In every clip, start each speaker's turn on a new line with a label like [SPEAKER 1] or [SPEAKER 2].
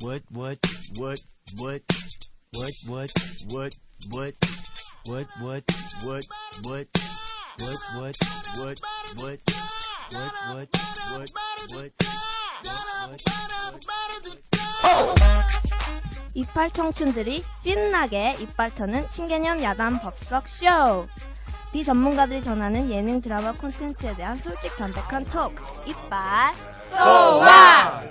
[SPEAKER 1] what, what, what, what, what, what, what, what, what, what, what, what, what, what, what, what, what, what, what, what,
[SPEAKER 2] 이빨 청춘들이 신나게 이빨 터는 신개념 야단 법석 쇼. 비전문가들이 전하는 예능 드라마 콘텐츠에 대한 솔직 담백한 톡. 이빨 소와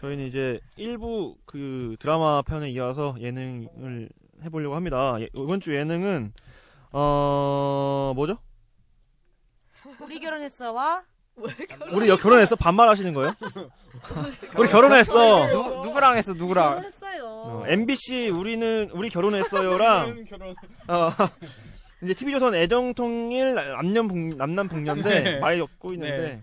[SPEAKER 3] 저희는 이제 일부 그 드라마 편에 이어서 예능을 해보려고 합니다. 예- 이번 주 예능은 어 뭐죠?
[SPEAKER 4] 우리 결혼했어와
[SPEAKER 3] 우리 여- 결혼했어? 반말하시는 거예요? 우리 결혼했어.
[SPEAKER 5] 누, 누구랑 했어 누구랑
[SPEAKER 4] 결혼했어요.
[SPEAKER 3] 어, MBC 우리는 우리 결혼했어요랑 어, 이제 TV 조선 애정통일 남녀 북 남남 북녀인데
[SPEAKER 5] 네.
[SPEAKER 3] 많이 엮고 있는데
[SPEAKER 5] 네.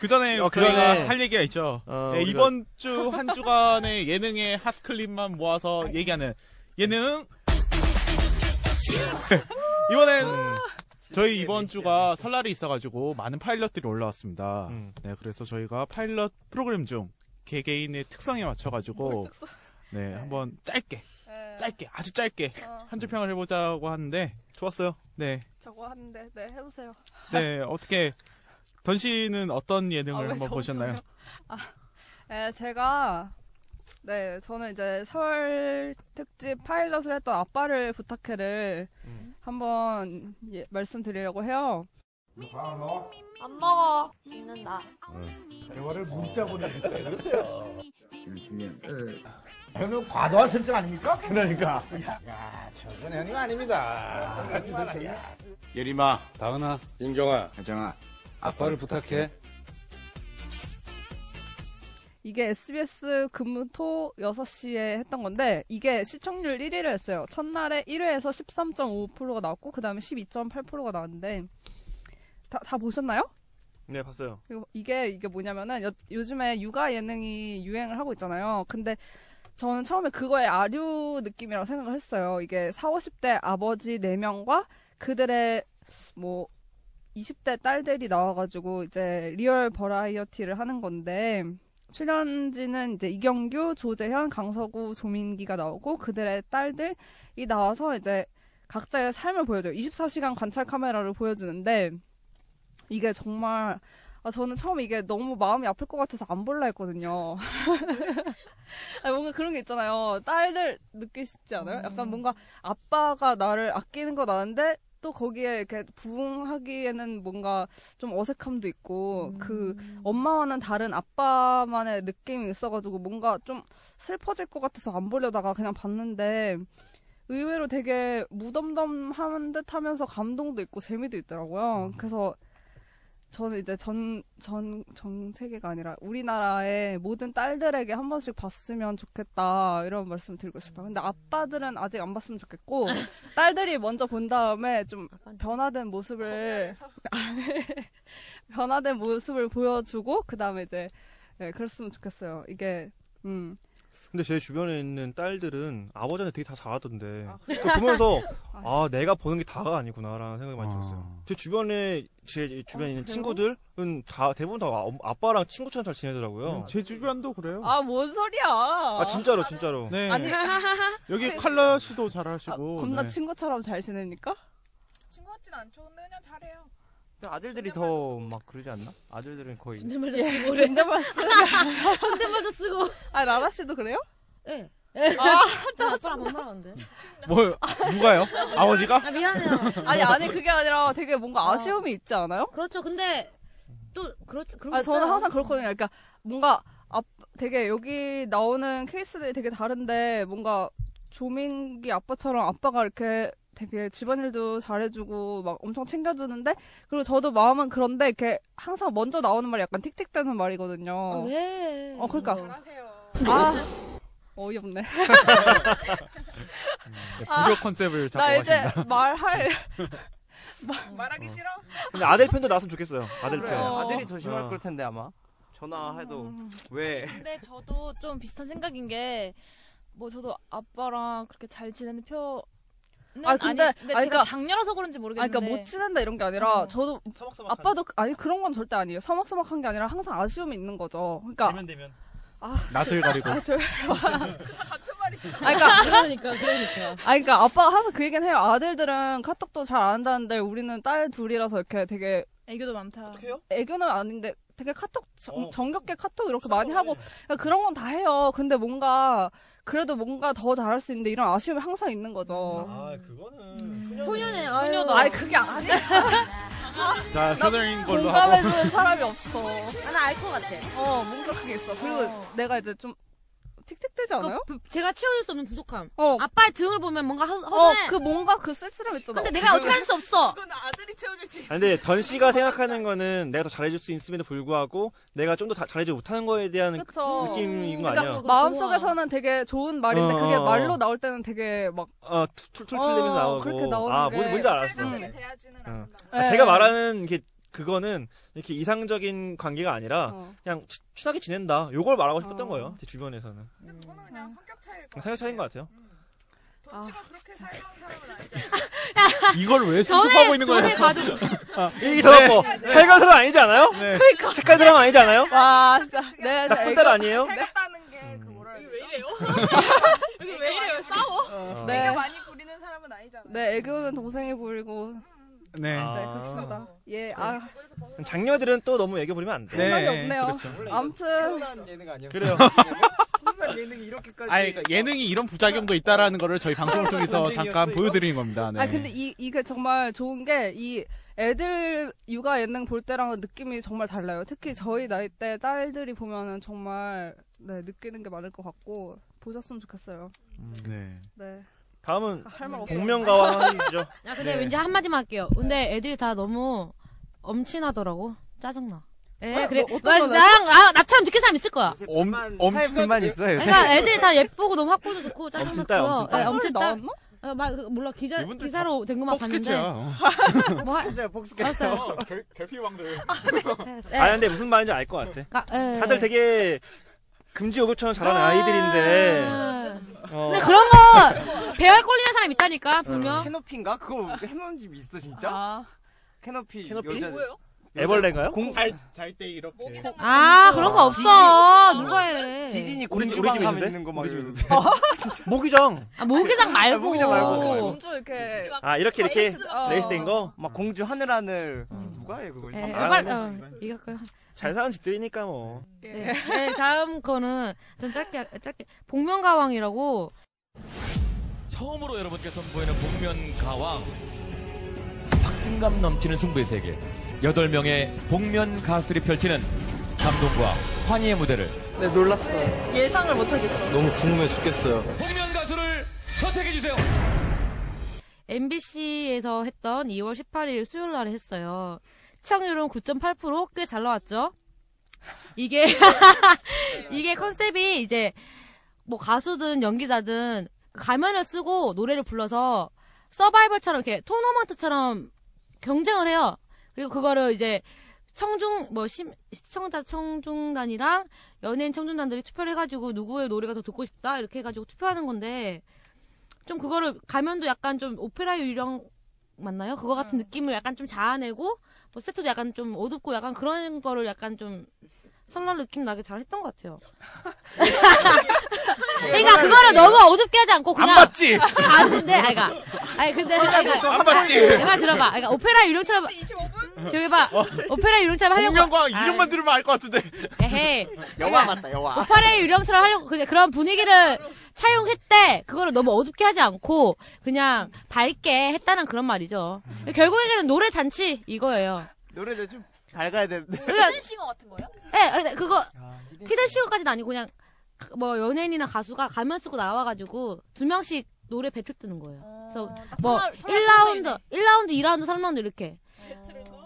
[SPEAKER 5] 그 전에
[SPEAKER 3] 어, 그
[SPEAKER 5] 저희가
[SPEAKER 3] 전에.
[SPEAKER 5] 할 얘기가 있죠.
[SPEAKER 3] 어,
[SPEAKER 5] 네,
[SPEAKER 3] 우리가-
[SPEAKER 5] 이번 주 한 주간의 예능의 핫 클립만 모아서 얘기하는 예능. 이번엔
[SPEAKER 3] 음.
[SPEAKER 5] 저희 이번 주가 설날이 있어가지고 많은 파일럿들이 올라왔습니다.
[SPEAKER 3] 음.
[SPEAKER 5] 네, 그래서 저희가 파일럿 프로그램 중 개개인의 특성에 맞춰가지고 네 한번 짧게,
[SPEAKER 6] 네.
[SPEAKER 5] 짧게, 아주 짧게
[SPEAKER 6] 어,
[SPEAKER 5] 한 줄 평을 해보자고 하는데
[SPEAKER 3] 좋았어요.
[SPEAKER 5] 네,
[SPEAKER 6] 저거 하는데 네 해보세요.
[SPEAKER 5] 네 어떻게 던 씨는 어떤 예능을
[SPEAKER 6] 아, 왜
[SPEAKER 5] 한번
[SPEAKER 6] 저부터요?
[SPEAKER 5] 보셨나요?
[SPEAKER 6] 네 제가 네 저는 이제 설 특집 파일럿을 했던 아빠를 부탁해를 한번 예- 말씀드리려고 해요.
[SPEAKER 4] 안 먹어.
[SPEAKER 2] 죽는다.
[SPEAKER 7] 대화를 문자 보내 진짜 그랬어요. 저는 과도한 설정 아닙니까? 그러니까. 야, 저건 형님 아닙니다. 야,
[SPEAKER 1] 예림아,
[SPEAKER 8] 다은아,
[SPEAKER 1] 임정아,
[SPEAKER 8] 혜정아, 아빠를 부탁해.
[SPEAKER 6] 이게 SBS 금토 6시에 했던 건데 이게 시청률 1위를 했어요. 첫날에 1회에서 13.5%가 나왔고 그다음에 12.8%가 나왔는데 다, 다 보셨나요?
[SPEAKER 3] 네 봤어요.
[SPEAKER 6] 그리고 이게 이게 뭐냐면은 요, 즘에 육아 예능이 유행을 하고 있잖아요. 근데 저는 처음에 그거의 아류 느낌이라고 생각을 했어요. 이게 40, 50대 아버지 4명과 그들의 뭐 20대 딸들이 나와가지고 이제 리얼 버라이어티를 하는 건데 출연진은 이제 이경규, 조재현, 강서구, 조민기가 나오고 그들의 딸들이 나와서 이제 각자의 삶을 보여줘요. 24시간 관찰 카메라를 보여주는데 이게 정말 아, 저는 처음에 이게 너무 마음이 아플 것 같아서 안 볼라 했거든요. 아니, 뭔가 그런 게 있잖아요. 딸들 느끼시지 않아요? 약간 뭔가 아빠가 나를 아끼는 건 아는데 또 거기에 이렇게 부응하기에는 뭔가 좀 어색함도 있고 그 엄마와는 다른 아빠만의 느낌이 있어가지고 뭔가 좀 슬퍼질 것 같아서 안 보려다가 그냥 봤는데 의외로 되게 무덤덤한 듯 하면서 감동도 있고 재미도 있더라고요. 그래서 저는 이제 전, 전, 전 세계가 아니라 우리나라의 모든 딸들에게 한 번씩 봤으면 좋겠다. 이런 말씀 드리고 싶어요. 근데 아빠들은 아직 안 봤으면 좋겠고, 딸들이 먼저 본 다음에 좀 변화된 모습을, 변화된 모습을 보여주고, 그 다음에 이제, 예, 그랬으면 좋겠어요. 이게, 음.
[SPEAKER 3] 근데 제 주변에 있는 딸들은 아버지한테 되게 다 잘하던데 그거 보면서 아 내가 보는 게 다가 아니구나라는 생각이 많이 들었어요. 제 주변에 제 주변에 있는 친구들은 다 대부분 다 아- 아빠랑 친구처럼 잘
[SPEAKER 8] 음,
[SPEAKER 3] 지내더라고요.
[SPEAKER 5] 제 주변도 그래요.
[SPEAKER 6] 아, 뭔 소리야!
[SPEAKER 3] 아 진짜로 진짜로.
[SPEAKER 5] 네.
[SPEAKER 6] 아니,
[SPEAKER 5] 여기 칼라 씨도
[SPEAKER 6] 아,
[SPEAKER 5] 잘하시고.
[SPEAKER 6] 겁나
[SPEAKER 5] 네.
[SPEAKER 6] 친구처럼 잘 지냅니까?
[SPEAKER 4] 친구 같진 않죠. 근데 그냥 잘해요.
[SPEAKER 8] 아들들이 더 막 그러지 않나? 아들들은 거의
[SPEAKER 4] 존댓말도 쓰고 그래.
[SPEAKER 6] 존댓말 쓰
[SPEAKER 4] 존댓말도 네. 쓰고.
[SPEAKER 6] 아, 라라 씨도 그래요?
[SPEAKER 4] 예.
[SPEAKER 6] 아,
[SPEAKER 4] 아, 아빠랑 못 말하는데.
[SPEAKER 5] 뭐 누가요? 아버지가?
[SPEAKER 4] 아 미안해요.
[SPEAKER 6] 아니, 아니, 그게 아니라 되게 뭔가
[SPEAKER 4] 어.
[SPEAKER 6] 아쉬움이 있지 않아요?
[SPEAKER 4] 그렇죠. 근데 또 그렇죠. 그런
[SPEAKER 6] 아,
[SPEAKER 4] 거
[SPEAKER 6] 저는
[SPEAKER 4] 있어요.
[SPEAKER 6] 항상 그렇거든요. 그러니까 뭔가 앞, 되게 여기 나오는 케이스들이 되게 다른데 뭔가 조민기 아빠처럼 아빠가 이렇게 되게 집안일도 잘해주고 막 엄청 챙겨주는데 그리고 저도 마음은 그런데 이렇게 항상 먼저 나오는 말이 약간 틱틱대는 말이거든요.
[SPEAKER 4] 아, 왜?
[SPEAKER 6] 어 그러니까. 아 어이없네.
[SPEAKER 5] 불교 컨셉을 잡고
[SPEAKER 6] 나 이제
[SPEAKER 5] 가신다.
[SPEAKER 6] 말할 말하기 싫어?
[SPEAKER 3] 근데 아들 편도 나왔으면 좋겠어요. 아들 편.
[SPEAKER 8] 그래, 아들이 더 심할
[SPEAKER 3] 어.
[SPEAKER 8] 걸 텐데 아마 전화해도 왜
[SPEAKER 9] 근데 저도 좀 비슷한 생각인 게, 뭐 저도 아빠랑 그렇게 잘 지내는 표, 는
[SPEAKER 6] 아,
[SPEAKER 9] 아
[SPEAKER 6] 근데-
[SPEAKER 9] 근데,
[SPEAKER 6] 아,
[SPEAKER 9] 제가
[SPEAKER 6] 그러니까-
[SPEAKER 9] 장녀라서 그런지
[SPEAKER 6] 아,
[SPEAKER 9] 모르겠는데
[SPEAKER 6] 그러니까 못 지낸다 이런 게 아니라
[SPEAKER 9] 어.
[SPEAKER 6] 저도 아빠도 그- 아니 그런 건 절대 아니에요. 서먹서먹한 게 아니라 항상 아쉬움이 있는 거죠. 그러니까 되면
[SPEAKER 3] 되면
[SPEAKER 6] 아,
[SPEAKER 5] 낯을 가리고.
[SPEAKER 6] 아, 조용히 와.
[SPEAKER 10] 같은 말이지.
[SPEAKER 6] 아, 그러니까
[SPEAKER 4] 그러니까, 그러니까.
[SPEAKER 6] 아, 그러니까 아빠가 항상 그 얘기는 해요. 아들들은 카톡도 잘 안 한다는데 우리는 딸 둘이라서 이렇게 되게
[SPEAKER 9] 애교도 많다. 어떡해요?
[SPEAKER 6] 애교는 아닌데 되게 카톡 정, 정겹게 어. 카톡 이렇게 많이 하고 그런 건 다 해요. 근데 뭔가 그래도 뭔가 더 잘할 수 있는데 이런 아쉬움이 항상 있는 거죠.
[SPEAKER 3] 아 그거는
[SPEAKER 4] 소년의
[SPEAKER 6] 소녀다. 아니, 그게 아니야. 아,
[SPEAKER 5] 자, 선생님 걸로 하고.
[SPEAKER 6] 공감해주는 사람이 없어.
[SPEAKER 4] 나는 알 것 같아.
[SPEAKER 6] 어, 뭔가 그게 있어. 그리고 내가 이제 좀 틱틱대지 않아요?
[SPEAKER 4] 제가 채워줄 수 없는 부족함.
[SPEAKER 6] 어.
[SPEAKER 4] 아빠의 등을 보면 뭔가 허,
[SPEAKER 6] 어,
[SPEAKER 4] 허전해.
[SPEAKER 6] 그 뭔가 그 쓸쓸함 있잖아.
[SPEAKER 4] 뭐, 근데 내가 어떻게 할 수 없어.
[SPEAKER 10] 그건 아들이 채워줄 수 있어.
[SPEAKER 3] 아니, 근데 던 씨가 생각하는 거는 내가 더 잘해줄 수 있음에도 불구하고 내가 좀 더 잘해주지 못하는 거에 대한
[SPEAKER 6] 그쵸.
[SPEAKER 3] 느낌인 거
[SPEAKER 6] 그러니까
[SPEAKER 3] 아니야?
[SPEAKER 6] 마음속에서는 되게 좋은 말인데
[SPEAKER 3] 어,
[SPEAKER 6] 그게
[SPEAKER 3] 어, 어.
[SPEAKER 6] 말로 나올 때는 되게 막
[SPEAKER 3] 어, 툴툴툴대면서
[SPEAKER 6] 어,
[SPEAKER 3] 나오고.
[SPEAKER 6] 그렇게 나오는
[SPEAKER 3] 아,
[SPEAKER 6] 게
[SPEAKER 3] 뭔- 뭔지 알았어.
[SPEAKER 6] 음.
[SPEAKER 3] 어.
[SPEAKER 6] 네.
[SPEAKER 3] 아, 제가 말하는 게 그거는 이렇게 이상적인 관계가 아니라
[SPEAKER 6] 어.
[SPEAKER 3] 그냥 치- 친하게 지낸다. 요걸 말하고 싶었던 거예요. 제 주변에서는.
[SPEAKER 10] 그냥 성격 차일 거.
[SPEAKER 3] 생각 차이인 것 같아요.
[SPEAKER 6] 아,
[SPEAKER 10] 돈 씨가 그렇게 살던 사람은 아니죠.
[SPEAKER 5] 이걸 왜
[SPEAKER 10] 전에-
[SPEAKER 5] 수습하고 있는 거예요?
[SPEAKER 10] 전에 봐도-
[SPEAKER 5] 아,
[SPEAKER 3] 이게 더 뭐,
[SPEAKER 5] 네.
[SPEAKER 3] 살가 사람 아니지 않아요?
[SPEAKER 6] 그러니까.
[SPEAKER 3] 착한 사람 아니지 않아요?
[SPEAKER 6] 와, 진짜. 네,
[SPEAKER 3] 나쁜 딸 아니에요?
[SPEAKER 10] 살갑다는 게 그 뭐라 해야 되죠? 왜 이래요?
[SPEAKER 9] 여기 왜 이래요? 싸워?
[SPEAKER 3] 어.
[SPEAKER 6] 네.
[SPEAKER 10] 애교 많이 부리는 사람은 아니잖아.
[SPEAKER 6] 네, 애교는 동생이 보이고.
[SPEAKER 5] 네.
[SPEAKER 3] 아.
[SPEAKER 6] 네, 그렇습니다. 예, 아.
[SPEAKER 3] 장녀들은 또 너무 애교 부리면 안 돼.
[SPEAKER 6] 생각이 없네요.
[SPEAKER 5] 그렇죠.
[SPEAKER 6] 아무튼.
[SPEAKER 3] 그래요.
[SPEAKER 8] 예능이 이렇게까지
[SPEAKER 5] 아니, 그러니까 예능이 이런 부작용도 있다라는 거를 저희 방송을 통해서
[SPEAKER 8] 전쟁이었어,
[SPEAKER 5] 잠깐
[SPEAKER 8] 이거?
[SPEAKER 5] 보여드리는 겁니다. 네.
[SPEAKER 6] 아 근데 이 이게 정말 좋은 게 이 애들 육아 예능 볼 때랑은 느낌이 정말 달라요. 특히 저희 나이 때 딸들이 보면은 정말 네 느끼는 게 많을 것 같고 보셨으면 좋겠어요.
[SPEAKER 5] 네.
[SPEAKER 6] 네.
[SPEAKER 3] 다음은
[SPEAKER 6] 할말 없어요.
[SPEAKER 3] 복면가와 한이죠.
[SPEAKER 6] 아,
[SPEAKER 4] 야, 근데 왠지 한마디만 할게요. 근데 애들이 다 너무 엄친하더라고. 짜증나. 에,
[SPEAKER 6] 어,
[SPEAKER 4] 예, 그래.
[SPEAKER 6] 뭐 어떤
[SPEAKER 4] 나,
[SPEAKER 6] 거라고?
[SPEAKER 4] 나랑, 나, 나처럼 느낀 사람 있을 거야.
[SPEAKER 8] 엄 엄친만 있어요.
[SPEAKER 4] 그러니까 애들이 다 예쁘고 너무 학벌도 좋고
[SPEAKER 8] 엄친 딸,
[SPEAKER 4] 짜증났고요. 아,
[SPEAKER 8] 엄친 딸.
[SPEAKER 6] 딸 나왔나?
[SPEAKER 4] 어, 막, 그, 몰라, 기자, 기사로 된 것만
[SPEAKER 5] 어,
[SPEAKER 4] 봤는데. 뭐 할-
[SPEAKER 8] 폭스캐치야,
[SPEAKER 4] 알았어요.
[SPEAKER 5] 결피왕들.
[SPEAKER 3] 아 근데 무슨 말인지 알 것 같아.
[SPEAKER 4] 아, 예.
[SPEAKER 3] 다들 되게 금지 요구처럼 잘하는
[SPEAKER 4] 예.
[SPEAKER 3] 아이들인데. 어. 음.
[SPEAKER 4] 근데 그런 거 배열 꼴리는 사람 있다니까, 분명.
[SPEAKER 8] 캐노피인가? 그거 해놓은 집 있어 진짜?
[SPEAKER 6] 아.
[SPEAKER 8] 캐노피
[SPEAKER 3] 아. 캐노피?
[SPEAKER 8] 여자
[SPEAKER 3] 뭐예요? 애벌레인가요?
[SPEAKER 5] 잘때 이렇게.
[SPEAKER 4] 아, 그런 거 없어. 누가 해.
[SPEAKER 8] 디즈니
[SPEAKER 3] 우리 집- 우리
[SPEAKER 8] 공주방
[SPEAKER 3] 집에
[SPEAKER 8] 가면
[SPEAKER 3] 있는데?
[SPEAKER 8] 있는 거막 이러는데.
[SPEAKER 3] 모기장.
[SPEAKER 4] 아, 모기장 말고.
[SPEAKER 8] 모기장 말고, 그거 말고.
[SPEAKER 6] 먼저 이렇게
[SPEAKER 3] 아 이렇게 이렇게
[SPEAKER 6] 어.
[SPEAKER 3] 레이스된 거.
[SPEAKER 8] 막 공주 하늘하늘 누가 해 그거?
[SPEAKER 4] 예,
[SPEAKER 3] 아,
[SPEAKER 4] 빨리,
[SPEAKER 3] 아,
[SPEAKER 4] 어, 이거, 그-
[SPEAKER 3] 잘 사는 집들이니까 뭐.
[SPEAKER 4] 네. 네, 다음 거는 전 짧게, 할- 짧게. 복면가왕이라고.
[SPEAKER 11] 처음으로 여러분께 선보이는 복면 가왕. 박진감 넘치는 승부의 세계. 8명의 복면 가수들이 펼치는 감동과 환희의 무대를
[SPEAKER 12] 네, 놀랐어.
[SPEAKER 6] 예상을 못 하겠어.
[SPEAKER 12] 너무 궁금해 죽겠어요.
[SPEAKER 11] 복면 가수를 선택해 주세요.
[SPEAKER 4] MBC에서 했던 2월 18일 수요일 날에 했어요. 시청률은 9.8%꽤 잘 나왔죠? 이게, 이게 컨셉이 이제 뭐 가수든 연기자든 가면을 쓰고 노래를 불러서 서바이벌처럼 이렇게 토너먼트처럼 경쟁을 해요. 그리고 그거를 이제 청중 뭐 심, 시청자 청중단이랑 연예인 청중단들이 투표를 해가지고 누구의 노래가 더 듣고 싶다 이렇게 해가지고 투표하는 건데 좀 그거를 가면도 약간 좀 오페라 유령 맞나요? 그거 같은 느낌을 약간 좀 자아내고 뭐 세트도 약간 좀 어둡고 약간 그런 거를 약간 좀 설날 느낌 나게 잘 했던 것 같아요. 그러니까 그거를 너무 어둡게 하지 않고 그냥
[SPEAKER 10] 안 봤지?
[SPEAKER 4] 아 근데 아이가 아니 근데
[SPEAKER 10] 설날
[SPEAKER 4] 아이가-
[SPEAKER 10] 보고 안 봤지?
[SPEAKER 4] 내말 들어봐. 그러니까 오페라 유령처럼
[SPEAKER 10] 25분?
[SPEAKER 4] 저기 봐. 오페라 유령처럼 하려고
[SPEAKER 5] 공명과 이름만 들으면 알 것 같은데.
[SPEAKER 4] 에헤이.
[SPEAKER 8] 영화 맞다 영화.
[SPEAKER 4] 오페라 유령처럼 하려고 그냥 그런 분위기를 차용했대. 그거를 너무 어둡게 하지 않고 그냥 밝게 했다는 그런 말이죠. 결국에는 노래 잔치 이거예요. 그러니까
[SPEAKER 8] 노래도 좀 밝아야 되는데.
[SPEAKER 9] 싱어 같은 거요?
[SPEAKER 4] 예, 근데 그거 히든 싱어까지는 아니고 그냥 뭐 연예인이나 가수가 가면 쓰고 나와가지고 두 명씩 노래 배틀 뜨는 거예요. 그래서
[SPEAKER 6] 아,
[SPEAKER 13] 딱
[SPEAKER 4] 뭐
[SPEAKER 13] 설마- 설마
[SPEAKER 4] 1라운드, 1라운드, 2라운드, 3라운드 이렇게.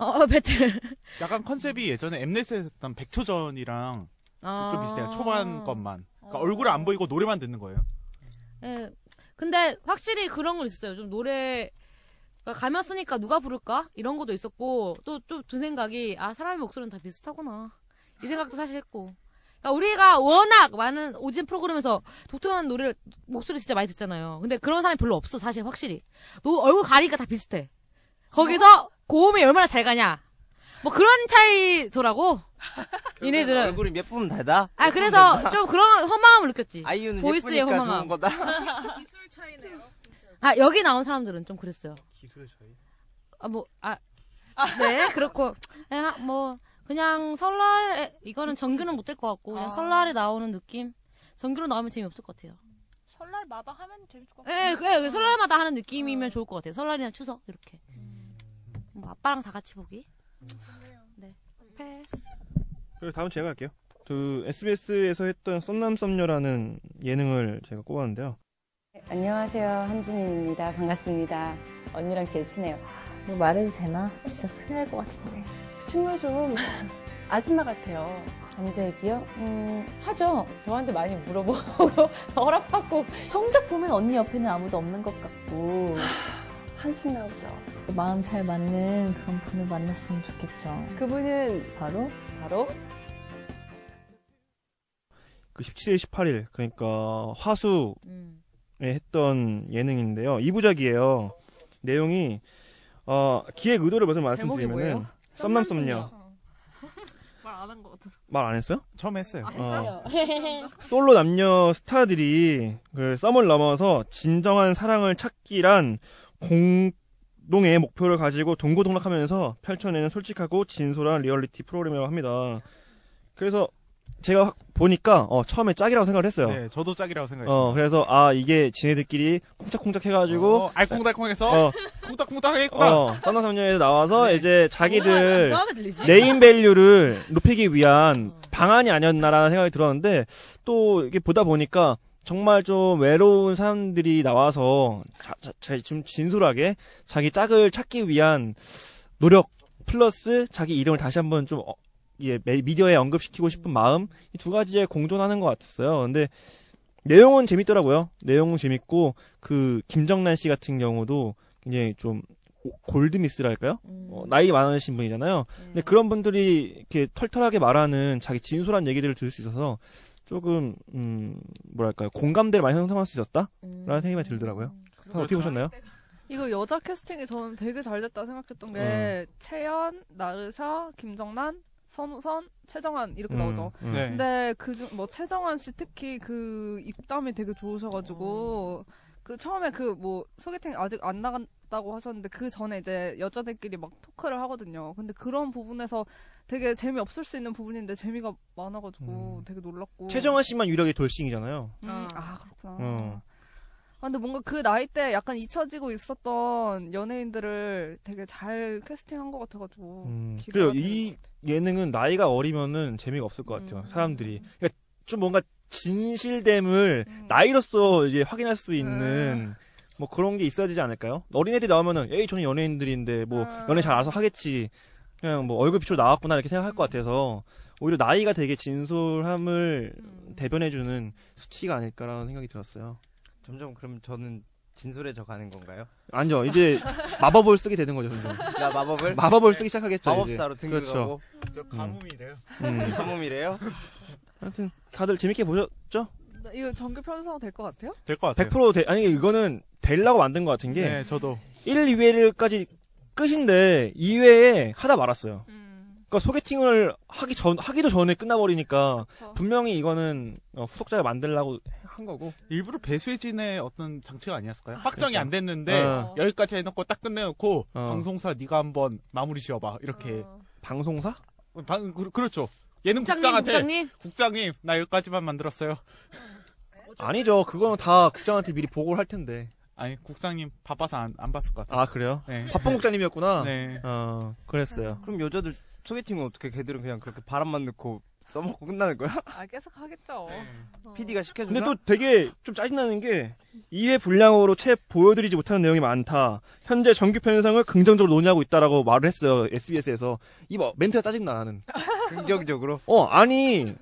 [SPEAKER 4] 어, 어, 배틀.
[SPEAKER 5] 약간 컨셉이 예전에 엠넷에서 했던 백초전이랑
[SPEAKER 4] 아.
[SPEAKER 5] 좀 비슷해요. 초반 것만. 그러니까 얼굴 안 보이고 노래만 듣는 거예요.
[SPEAKER 4] 예. 근데 확실히 그런 건 있었어요. 좀 노래 가면 쓰니까 누가 부를까 이런 것도 있었고 또 좀 든 생각이 아 사람의 목소리는 다 비슷하구나 이 생각도 사실 했고. 그러니까 우리가 워낙 많은 오진 프로그램에서 독특한 노래를 목소리 진짜 많이 듣잖아요. 근데 그런 사람이 별로 없어 사실 확실히. 너 얼굴 가리니까 다 비슷해. 거기서 고음이 얼마나 잘 가냐. 뭐 그런 차이더라고. 얘네들은
[SPEAKER 1] 얼굴이 예쁘면 되다.
[SPEAKER 4] 아 그래서 좀 그런 허망함을 느꼈지.
[SPEAKER 1] 아이유는
[SPEAKER 4] 보이스의
[SPEAKER 1] 예쁘니까
[SPEAKER 4] 허망함.
[SPEAKER 1] 좋은 거다.
[SPEAKER 6] 기술 차이네요.
[SPEAKER 4] 아 여기 나온 사람들은 좀 그랬어요.
[SPEAKER 3] 기술의 차이.
[SPEAKER 4] 아 뭐 아. 네 그렇고 네, 하- 뭐 그냥 설날에 이거는 정규는 못 될 것 같고 그냥
[SPEAKER 14] 아.
[SPEAKER 4] 설날에 나오는 느낌 정규로 나오면 재미없을 것 같아요.
[SPEAKER 14] 설날마다 하면 재밌을 것 같아요.
[SPEAKER 4] 예, 예, 예, 설날마다 하는 느낌이면 좋을 것 같아요. 설날이나 추석 이렇게 뭐 아빠랑 다 같이 보기. 네 패스.
[SPEAKER 3] 그리고 다음 제가 할게요. 그 SBS에서 했던 썸남썸녀라는 예능을 제가 꼽았는데요.
[SPEAKER 15] 안녕하세요. 한지민입니다. 반갑습니다. 언니랑 제일 친해요. 뭐 말해도 되나? 진짜 큰일 날 것 같은데. 그 친구가 좀 아줌마 같아요. 남자 얘기요? 음, 하죠. 저한테 많이 물어보고, 허락받고. 정작 보면 언니 옆에는 아무도 없는 것 같고. 한숨 나오죠. 마음 잘 맞는 그런 분을 만났으면 좋겠죠.
[SPEAKER 6] 아.
[SPEAKER 15] 그분은 바로? 바로?
[SPEAKER 3] 그 17일, 18일 그러니까 화수에 했던 예능인데요. 2부작이에요. 내용이 어, 기획 의도를 먼저
[SPEAKER 14] 제목이
[SPEAKER 3] 말씀드리면은
[SPEAKER 14] 뭐예요?
[SPEAKER 3] 썸남썸녀
[SPEAKER 6] 어.
[SPEAKER 14] 말 안 한 것 같아서.
[SPEAKER 3] 말 안 했어요?
[SPEAKER 5] 처음 했어요.
[SPEAKER 3] 어. 솔로 남녀 스타들이 그 썸을 넘어서 진정한 사랑을 찾기란 공동의 목표를 가지고 동고동락하면서 펼쳐내는 솔직하고 진솔한 리얼리티 프로그램이라고 합니다. 그래서 제가 확 보니까 어, 처음에 짝이라고 생각을 했어요.
[SPEAKER 5] 네, 저도 짝이라고 생각했어요.
[SPEAKER 3] 어, 그래서 아 이게 지네들끼리 쿵짝쿵짝 해가지고
[SPEAKER 5] 어, 알콩달콩해서
[SPEAKER 3] 어,
[SPEAKER 5] 콩닥콩닥했구나.
[SPEAKER 3] 어, 썸남섬녀에서 나와서 이제 자기들
[SPEAKER 5] 뭐가 이상하게 들리지?
[SPEAKER 3] 네임 밸류를 높이기 위한 방안이 아니었나라는 생각이 들었는데 또 이게 보다 보니까 정말 좀 외로운 사람들이 나와서 자, 자, 자- 지금 진솔하게 자기 짝을 찾기 위한 노력 플러스 자기 이름을 다시 한번 좀 어, 예, 매- 미디어에 언급시키고 싶은 마음 이 두 가지에 공존하는 것 같았어요. 근데 내용은 재밌더라고요. 내용은 재밌고 그 김정란 씨 같은 경우도 굉장히 좀 오- 골드미스랄까요?
[SPEAKER 6] 음.
[SPEAKER 3] 어, 나이 많으신 분이잖아요. 근데 그런 분들이 이렇게 털털하게 말하는 자기 진솔한 얘기들을 들을 수 있어서 조금 음, 뭐랄까요 공감대를 많이 형성할 수 있었다라는
[SPEAKER 6] 음.
[SPEAKER 3] 생각이 많이 들더라고요.
[SPEAKER 6] 그렇죠.
[SPEAKER 3] 어떻게 보셨나요?
[SPEAKER 6] 네, 이거 여자 캐스팅이 저는 되게 잘 됐다 생각했던
[SPEAKER 3] 어.
[SPEAKER 6] 게 채연, 나르샤, 김정란, 선우선, 최정환 이렇게
[SPEAKER 16] 음,
[SPEAKER 6] 나오죠.
[SPEAKER 16] 음. 네.
[SPEAKER 6] 근데 그중 뭐 최정환 씨 특히 그 입담이 되게 좋으셔가지고 그 처음에 그 뭐 소개팅 아직 안 나갔다고 하셨는데 그 전에 이제 여자들끼리 막 토크를 하거든요. 근데 그런 부분에서 되게 재미 없을 수 있는 부분인데 재미가 많아가지고
[SPEAKER 3] 음.
[SPEAKER 6] 되게 놀랐고.
[SPEAKER 3] 최정아 씨만 유일하게 돌싱이잖아요.
[SPEAKER 6] 음, 아 그렇구나.
[SPEAKER 3] 어.
[SPEAKER 6] 아, 근데 뭔가 그 나이 때 약간 잊혀지고 있었던 연예인들을 되게 잘 캐스팅한 것 같아가지고.
[SPEAKER 3] 음,
[SPEAKER 6] 기대가
[SPEAKER 3] 그래요. 이 예능은 나이가 어리면은 재미가 없을 것 같아요. 사람들이. 그러니까 좀 뭔가 진실됨을 나이로서 이제 확인할 수 있는 뭐 그런 게 있어야 되지 않을까요? 어린애들이 나오면은 에이 저는 연예인들인데 뭐 연애 잘 알아서 하겠지. 그냥 뭐 얼굴 비추로 나왔구나 이렇게 생각할 것 같아서 오히려 나이가 되게 진솔함을
[SPEAKER 6] 음.
[SPEAKER 3] 대변해주는 수치가 아닐까라는 생각이 들었어요.
[SPEAKER 17] 점점 그럼 저는 진솔해져 가는 건가요?
[SPEAKER 3] 아니요 이제 마법을 쓰게 되는 거죠 점점.
[SPEAKER 17] 야, 마법을?
[SPEAKER 3] 마법을 쓰기 시작하겠죠
[SPEAKER 17] 마법사로
[SPEAKER 3] 이제.
[SPEAKER 17] 등극하고.
[SPEAKER 3] 그렇죠.
[SPEAKER 17] 저
[SPEAKER 3] 음.
[SPEAKER 17] 가뭄이래요.
[SPEAKER 3] 음.
[SPEAKER 17] 가뭄이래요?
[SPEAKER 3] 하여튼 다들 재밌게 보셨죠?
[SPEAKER 6] 나- 이거 정규 편성 될 것 같아요?
[SPEAKER 5] 될 것
[SPEAKER 3] 같아요. 100% 되, 아니 이거는 되려고 만든 것 같은 게
[SPEAKER 5] 네, 저도.
[SPEAKER 3] 1, 2회까지 끝인데 2회에 하다 말았어요. 그러니까 소개팅을 하기 전 하기도 전에 끝나버리니까 분명히 이거는 어, 후속작을 만들려고 한 거고
[SPEAKER 5] 일부러 배수진의 어떤 장치가 아니었을까요? 확정이
[SPEAKER 3] 그러니까.
[SPEAKER 5] 안 됐는데
[SPEAKER 3] 어.
[SPEAKER 5] 여기까지 해놓고 딱 끝내놓고
[SPEAKER 3] 어.
[SPEAKER 5] 방송사 네가 한번 마무리 지어봐 이렇게
[SPEAKER 3] 방송사?
[SPEAKER 5] 방, 그, 그렇죠
[SPEAKER 3] 어.
[SPEAKER 5] 예능
[SPEAKER 3] 국장님,
[SPEAKER 5] 국장한테
[SPEAKER 3] 국장님?
[SPEAKER 5] 국장님, 나 여기까지만 만들었어요
[SPEAKER 3] 아니죠 그거는 다 국장한테 미리 보고를 할 텐데
[SPEAKER 5] 아니 국장님 바빠서 안, 안 봤을 것 같아요
[SPEAKER 3] 아 그래요?
[SPEAKER 5] 네.
[SPEAKER 3] 바쁜 국장님이었구나.
[SPEAKER 5] 네.
[SPEAKER 3] 어 그랬어요.
[SPEAKER 17] 그럼 여자들 소개팅은 어떻게 걔들은 그냥 그렇게 바람만 넣고
[SPEAKER 8] 써먹고 끝나는 거야?
[SPEAKER 10] 아 계속 하겠죠.
[SPEAKER 8] PD가 시켜주나?
[SPEAKER 3] 근데 또 되게 좀 짜증나는 게 2회 분량으로 채 보여드리지 못하는 내용이 많다. 현재 정규 편성을 긍정적으로 논의하고 있다라고 말을 했어요. SBS에서. 이 뭐, 멘트가 짜증나, 나는.
[SPEAKER 8] 긍정적으로?
[SPEAKER 3] 어, 아니.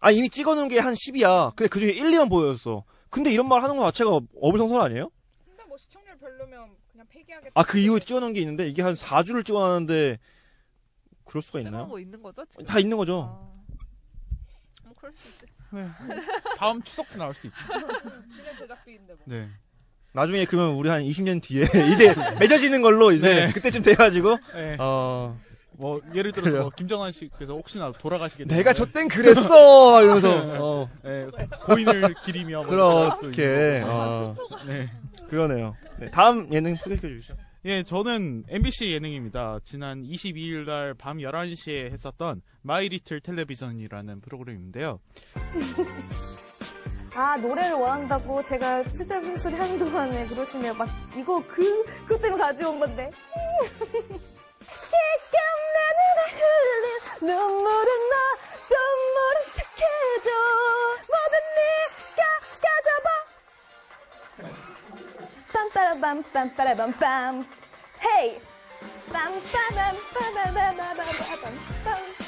[SPEAKER 3] 아, 이미 찍어놓은 게 한 10이야. 근데 그 중에 1, 2만 보여줬어. 근데 이런 말 하는 거 자체가 어불성설 아니에요?
[SPEAKER 10] 근데 뭐 시청률 별로면 그냥 폐기하겠다.
[SPEAKER 3] 아, 그 이후에 찍어놓은 게 있는데 이게 한 4주를 찍어놨는데 그럴 수가
[SPEAKER 10] 찍어
[SPEAKER 3] 있나요?
[SPEAKER 10] 뭐 있는 거죠? 지금? 아,
[SPEAKER 3] 다 있는 거죠.
[SPEAKER 10] 뭐 그럴 수 있지. 그
[SPEAKER 5] 다음 추석도 나올 수 있죠.
[SPEAKER 10] 진행 제작비인데 뭐.
[SPEAKER 5] 네.
[SPEAKER 3] 나중에 그러면 우리 한 20년 뒤에 이제 맺어지는 걸로 이제
[SPEAKER 5] 네.
[SPEAKER 3] 그때쯤 돼가지고
[SPEAKER 5] 네.
[SPEAKER 3] 어
[SPEAKER 5] 뭐 예를 들어서
[SPEAKER 3] 그래요.
[SPEAKER 5] 뭐 김정환 씨께서 혹시나 돌아가시게 되면
[SPEAKER 3] 내가 저땐 그랬어! 이러면서, 어.
[SPEAKER 5] 네, 고인을 기리며 뭐 이럴 수도
[SPEAKER 3] 그렇게
[SPEAKER 5] 있고.
[SPEAKER 3] 어,
[SPEAKER 5] 네.
[SPEAKER 3] 그러네요. 네, 다음 예능 소개해 주시죠.
[SPEAKER 5] 예, 저는 MBC 예능입니다. 지난 22일 날 밤 11시에 했었던 마이 리틀 텔레비전이라는 프로그램인데요.
[SPEAKER 18] 아 노래를 원한다고 제가 쓸데없는 소리 하는 동안에 그러시네요. 막 이거 그 그것 때문에 가져온 건데. 지금 나는 흘린 눈물은 너 눈물은 착해져 모든 네가 가져봐. 빰빠라밤 빰빠라밤빰 헤이 빰빠밤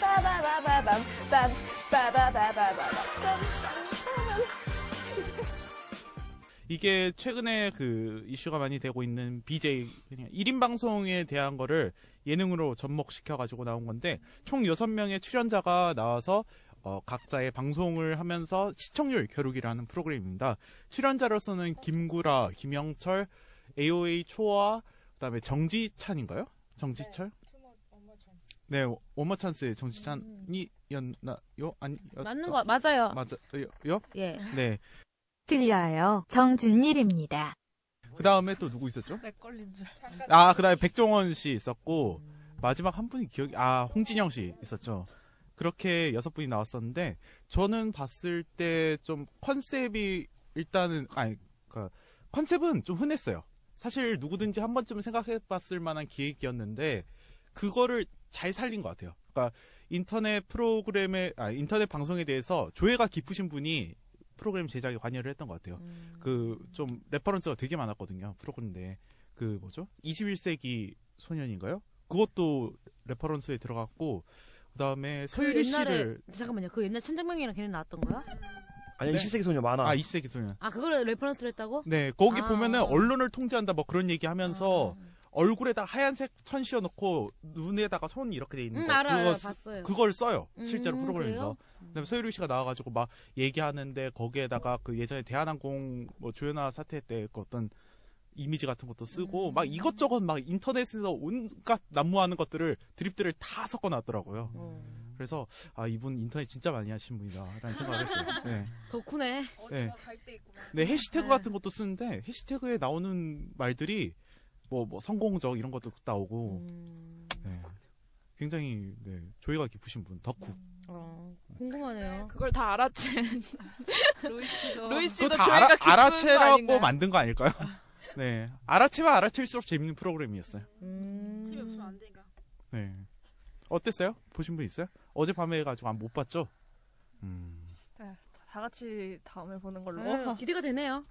[SPEAKER 18] 빠바바바바밤 빰빠바바바밤 빰빠바바바밤
[SPEAKER 5] 이게 최근에 그 이슈가 많이 되고 있는 BJ 그냥 1인 방송에 대한 거를 예능으로 접목시켜 가지고 나온 건데 총 6명의 출연자가 나와서 어, 각자의 방송을 하면서 시청률 겨루기라는 프로그램입니다. 출연자로서는 김구라, 김영철, AOA 초아, 그다음에 정지찬인가요? 정지철? 네, 오마 찬스의 정지찬이었나요? 아니,
[SPEAKER 4] 어, 맞는 거 맞아요.
[SPEAKER 5] 맞아요?
[SPEAKER 4] 예.
[SPEAKER 5] 네.
[SPEAKER 19] 들려요. 정준일입니다.
[SPEAKER 5] 그 다음에 또 누구 있었죠?
[SPEAKER 10] 내 걸린 줄. 잠깐.
[SPEAKER 5] 아, 그 다음에 백종원 씨 있었고, 마지막 한 분이 기억이, 아, 홍진영 씨 있었죠. 그렇게 여섯 분이 나왔었는데, 저는 봤을 때 좀 컨셉이 일단은, 아니, 그, 컨셉은 좀 흔했어요. 사실 누구든지 한 번쯤은 생각해 봤을 만한 기획이었는데, 그거를 잘 살린 것 같아요. 그러니까 인터넷 프로그램에, 아, 인터넷 방송에 대해서 조예가 깊으신 분이 프로그램 제작에 관여를 했던 것 같아요. 그 좀 레퍼런스가 되게 많았거든요. 프로그램인데 그 뭐죠? 21세기 소년인가요? 그것도 레퍼런스에 들어갔고 그다음에 서유리
[SPEAKER 4] 옛날에
[SPEAKER 5] 씨를
[SPEAKER 4] 잠깐만요. 그 옛날 천장명이랑 걔네 나왔던 거야?
[SPEAKER 3] 아니 20세기 소녀 많아.
[SPEAKER 5] 아 20세기 소년.
[SPEAKER 4] 아 그거를 레퍼런스를 했다고?
[SPEAKER 5] 네 거기
[SPEAKER 4] 아.
[SPEAKER 5] 보면은 언론을 통제한다 뭐 그런 얘기하면서 얼굴에다 하얀색 천 씌워놓고 눈에다가 손 이렇게 돼 있는
[SPEAKER 4] 응,
[SPEAKER 5] 거
[SPEAKER 4] 음, 알아, 알아.
[SPEAKER 5] 쓰-
[SPEAKER 4] 봤어요.
[SPEAKER 5] 그걸 써요 실제로
[SPEAKER 4] 음,
[SPEAKER 5] 프로그램에서 그다음에 서유리 씨가 나와가지고 막 얘기하는데 거기에다가 그 예전에 대한항공 뭐 조연아 사태 때 그 어떤 이미지 같은 것도 쓰고 막 이것저것 막 인터넷에서 온갖 난무하는 것들을 드립들을 다 섞어놨더라고요.
[SPEAKER 6] 음.
[SPEAKER 5] 그래서 아 이분 인터넷 진짜 많이 하신 분이다라는 생각을 했어요. 네.
[SPEAKER 4] 덕후네.
[SPEAKER 5] 네.
[SPEAKER 4] 음,
[SPEAKER 5] 네, 해시태그 같은 것도 쓰는데 해시태그에 나오는 말들이 뭐, 뭐 성공적 이런 것도 나오고
[SPEAKER 4] 음.
[SPEAKER 5] 네. 굉장히 네, 조예가 깊으신 분 덕후
[SPEAKER 4] 어, 궁금하네요.
[SPEAKER 10] 그걸 다 알아챈
[SPEAKER 4] 로이 씨도
[SPEAKER 10] 로이
[SPEAKER 5] 그거 다 알아, 알아채라고 만든 거 아닐까요? 네 알아채면 알아챌수록 재밌는 프로그램이었어요
[SPEAKER 4] 음.
[SPEAKER 10] 재미없으면 안 되니까.
[SPEAKER 5] 네 어땠어요? 보신 분 있어요? 어젯밤에 해가지고 안 못 봤죠? 음.
[SPEAKER 10] 다, 다 같이 다음에 보는 걸로.
[SPEAKER 4] 음, 기대가 되네요.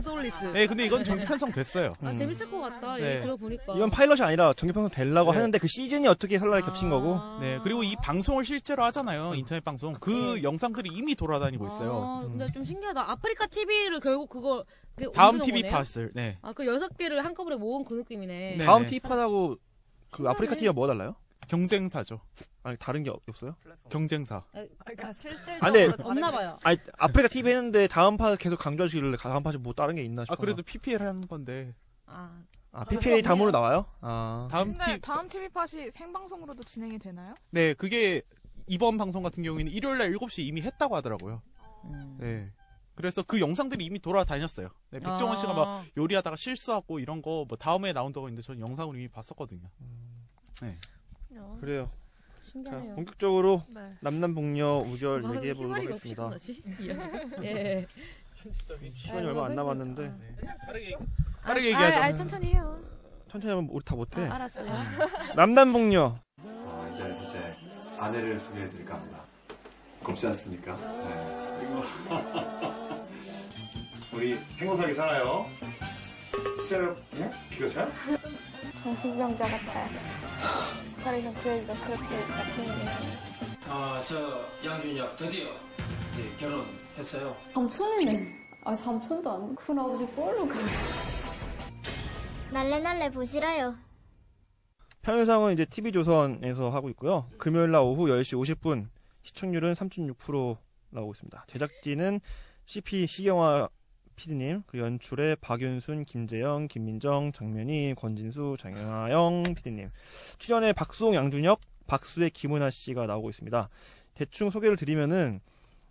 [SPEAKER 4] 소울리스.
[SPEAKER 5] 네 근데 이건 정 편성 됐어요
[SPEAKER 4] 아 재밌을 것 같다.
[SPEAKER 5] 네.
[SPEAKER 4] 얘기 들어보니까.
[SPEAKER 3] 음. 이건 파일럿이 아니라 정규편성 되려고
[SPEAKER 5] 네.
[SPEAKER 3] 하는데 그 시즌이 어떻게 설날에 겹친 거고.
[SPEAKER 4] 아,
[SPEAKER 5] 네 그리고 이 방송을 실제로 하잖아요 인터넷 방송 그 영상들이 이미 돌아다니고
[SPEAKER 4] 네. 아,
[SPEAKER 5] 있어요
[SPEAKER 3] 음.
[SPEAKER 4] 근데 좀 신기하다. 아프리카 TV를 결국 그거 그게
[SPEAKER 5] 다음
[SPEAKER 4] 옮겨놓은
[SPEAKER 5] TV
[SPEAKER 4] 거네요?
[SPEAKER 5] 팟을 네
[SPEAKER 4] 아, 그 여섯 개를 한꺼번에 모은 그 느낌이네.
[SPEAKER 3] 다음 티파하고 그 아프리카 TV가 뭐가 달라요?
[SPEAKER 5] 경쟁사죠.
[SPEAKER 3] 아니 다른 게 없- 없어요?
[SPEAKER 5] 경쟁사.
[SPEAKER 4] 네. 아,
[SPEAKER 10] 그러니까 실질적으로
[SPEAKER 3] 아, 근데
[SPEAKER 10] 다른
[SPEAKER 4] 없나
[SPEAKER 10] 게-
[SPEAKER 4] 봐요.
[SPEAKER 3] 아니 아프리카 TV 했는데 다음 파 계속 강조하시길래 다음 파에 뭐 다른 게 있나 싶어.
[SPEAKER 5] 아 그래도 PPL 하는 건데
[SPEAKER 4] 아,
[SPEAKER 3] 아 PPA 다음으로 나와요? 아
[SPEAKER 5] 다음
[SPEAKER 4] 네,
[SPEAKER 20] 근데
[SPEAKER 5] 티
[SPEAKER 20] 다음 TV 팟이 생방송으로도 진행이 되나요?
[SPEAKER 5] 네, 그게 이번 방송 같은 경우에는 일요일 날 7시 이미 했다고 하더라고요. 네. 그래서 그 영상들이 이미 돌아다녔어요. 네, 백종원
[SPEAKER 3] 아.
[SPEAKER 5] 씨가 막 요리하다가 실수하고 이런 거 뭐 다음에 나온다고 했는데 저는 영상을 이미 봤었거든요. 네.
[SPEAKER 3] 그래요. 자,
[SPEAKER 4] 신기하네요.
[SPEAKER 3] 본격적으로
[SPEAKER 4] 네.
[SPEAKER 3] 남남북녀 우절
[SPEAKER 4] 뭐 하는
[SPEAKER 3] 얘기해 보도록
[SPEAKER 4] 희말이 없이
[SPEAKER 3] 하겠습니다. 네,
[SPEAKER 4] 끝나지? 예.
[SPEAKER 3] 시간이 얼마 안 남았는데
[SPEAKER 4] 아,
[SPEAKER 3] 빠르게 얘기하자.
[SPEAKER 4] 아, 아, 천천히 해요.
[SPEAKER 3] 천천히 하면 우리 다 못해. 네.
[SPEAKER 4] 아, 알았어요.
[SPEAKER 3] 남남북녀
[SPEAKER 21] 어, 이제 이제 아내를 소개해드릴까 합니다.
[SPEAKER 1] 겁지 않습니까? 그리고 우리 행복하게 살아요. 시작. 예? 비가 차?
[SPEAKER 22] 정신병자 같아요. 그래서 그 얘기가 그렇게 같은
[SPEAKER 23] 아, 저 양준이 형 드디어 예, 결혼했어요.
[SPEAKER 22] 삼촌이네. 아 삼촌도 아니고 큰아버지 뻘로 가. 날래 날래 보시라요.
[SPEAKER 3] 편의상은 이제 TV조선에서 하고 있고요. 금요일 날 오후 10시 50분 시청률은 3.6% 나오고 있습니다. 제작진은 CP 시경화 PD님, 그 연출에 박윤순, 김재영, 김민정, 장면희, 권진수, 장영아영 PD님. 출연에 박수홍, 양준혁, 박수의 김은아 씨가 나오고 있습니다. 대충 소개를 드리면은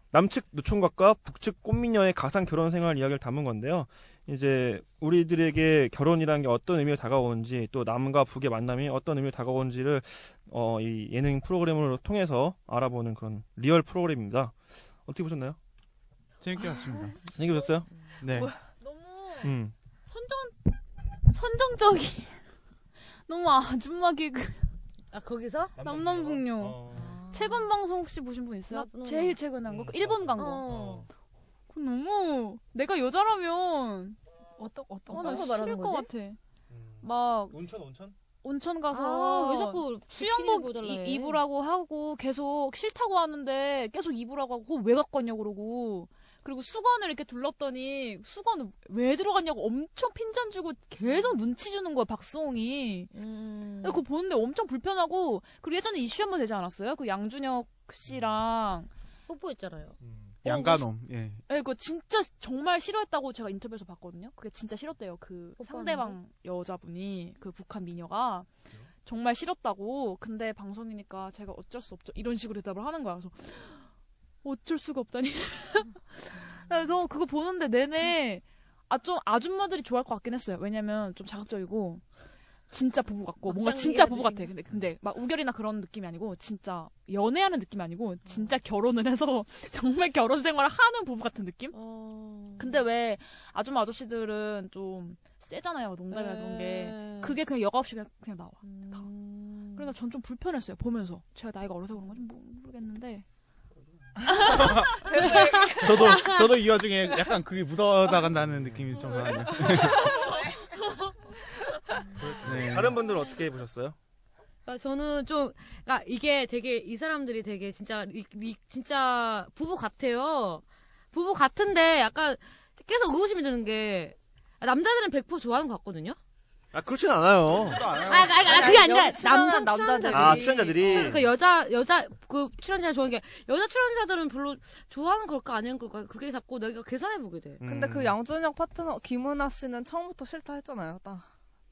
[SPEAKER 3] 남측 노총각과 북측 꽃미녀의 가상 결혼 생활 이야기를 담은 건데요. 이제 우리들에게 결혼이라는 게 어떤 의미로 다가오는지 또 남과 북의 만남이 어떤 의미로 다가오는지를 어, 이 예능 프로그램으로 통해서 알아보는 그런 리얼 프로그램입니다. 어떻게 보셨나요?
[SPEAKER 5] 재밌게 봤습니다.
[SPEAKER 4] 아.
[SPEAKER 3] 재밌게 보셨어요?
[SPEAKER 5] 네.
[SPEAKER 4] 뭐
[SPEAKER 3] 음.
[SPEAKER 4] 선정 선정적이 너무 아줌마 개그.
[SPEAKER 24] 아 거기서?
[SPEAKER 4] 남남북녀.
[SPEAKER 3] 어.
[SPEAKER 4] 최근 방송 혹시 보신 분 있어요?
[SPEAKER 24] 나- 나-
[SPEAKER 4] 제일 최근 한 거? 그 일본 간 거.
[SPEAKER 24] 어.
[SPEAKER 4] 그건 너무 내가 여자라면 어떤 어떤
[SPEAKER 24] 어떤 거
[SPEAKER 4] 싫을
[SPEAKER 24] 말하는
[SPEAKER 4] 것
[SPEAKER 24] 거지?
[SPEAKER 4] 같아. 막
[SPEAKER 3] 음. 온천 온천?
[SPEAKER 4] 온천 가서
[SPEAKER 24] 아, 왜 자꾸
[SPEAKER 4] 수영복
[SPEAKER 24] 비키니 보여달래.
[SPEAKER 4] 이- 입으라고 하고 계속 싫다고 하는데 계속 입으라고 하고 그거 왜 갖고 왔냐고 그러고 그리고 수건을 이렇게 둘렀더니 수건 왜 들어갔냐고 엄청 핀잔 주고 계속 눈치 주는 거야 박수홍이
[SPEAKER 24] 음.
[SPEAKER 4] 근데 그거 보는데 엄청 불편하고 그리고 예전에 이슈 한 번 되지 않았어요? 그 양준혁 아, 씨랑
[SPEAKER 24] 뽀뽀했잖아요
[SPEAKER 5] 양가놈. 예.
[SPEAKER 4] 예, 그거 진짜 정말 싫어했다고 제가 인터뷰에서 봤거든요. 그게 진짜 싫었대요. 그 상대방 여자분이 그 북한 미녀가 정말 싫었다고. 근데 방송이니까 제가 어쩔 수 없죠. 이런 식으로 대답을 하는 거야. 그래서 어쩔 수가 없다니. 그래서 그거 보는데 내내 아 좀 아줌마들이 좋아할 것 같긴 했어요. 왜냐면 좀 자극적이고 진짜 부부 같고 뭔가
[SPEAKER 24] 막장 그러니까.
[SPEAKER 4] 진짜
[SPEAKER 24] 얘기
[SPEAKER 4] 부부 같아. 근데 근데 막 우결이나 그런 느낌이 아니고 진짜 연애하는 느낌이
[SPEAKER 24] 어.
[SPEAKER 4] 아니고 진짜 결혼을 해서 정말 결혼 생활을 하는 부부 같은 느낌?
[SPEAKER 24] 어.
[SPEAKER 4] 근데 왜 아줌마 아저씨들은 좀 세잖아요.
[SPEAKER 10] 음.
[SPEAKER 4] 농담이 나 그런
[SPEAKER 24] 네.
[SPEAKER 4] 게 그게 그냥 여과 없이 그냥, 그냥 나와. 다. 그러니까 전 좀 불편했어요. 보면서 제가 나이가 어려서 그런 건좀 모르겠는데.
[SPEAKER 5] 저도 저도 이 와중에 약간 그게 묻어나간다는 느낌이 좀 나네요. 네.
[SPEAKER 3] 다른 분들은 어떻게 보셨어요?
[SPEAKER 24] 아, 저는 좀, 아, 이게 되게, 이 사람들이 되게 진짜, 이- 이- 진짜 부부 같아요. 부부 같은데 약간 계속 의구심이 드는 게, 아, 남자들은 100% 좋아하는 것 같거든요?
[SPEAKER 3] 아 그렇진 않아요.
[SPEAKER 24] 아, 아, 아, 그게 아니라 남성
[SPEAKER 3] 남자들이.
[SPEAKER 24] 남자들이.
[SPEAKER 3] 아, 출연자들이.
[SPEAKER 24] 그 여자, 여자, 그 출연자 좋아하는 게, 여자 출연자들은 별로 좋아하는 걸까, 아니는 걸까, 그게 자꾸 내가 계산해보게 돼.
[SPEAKER 6] 근데
[SPEAKER 3] 음.
[SPEAKER 6] 그 양준혁 파트너 김은아 씨는 처음부터 싫다 했잖아요. 딱.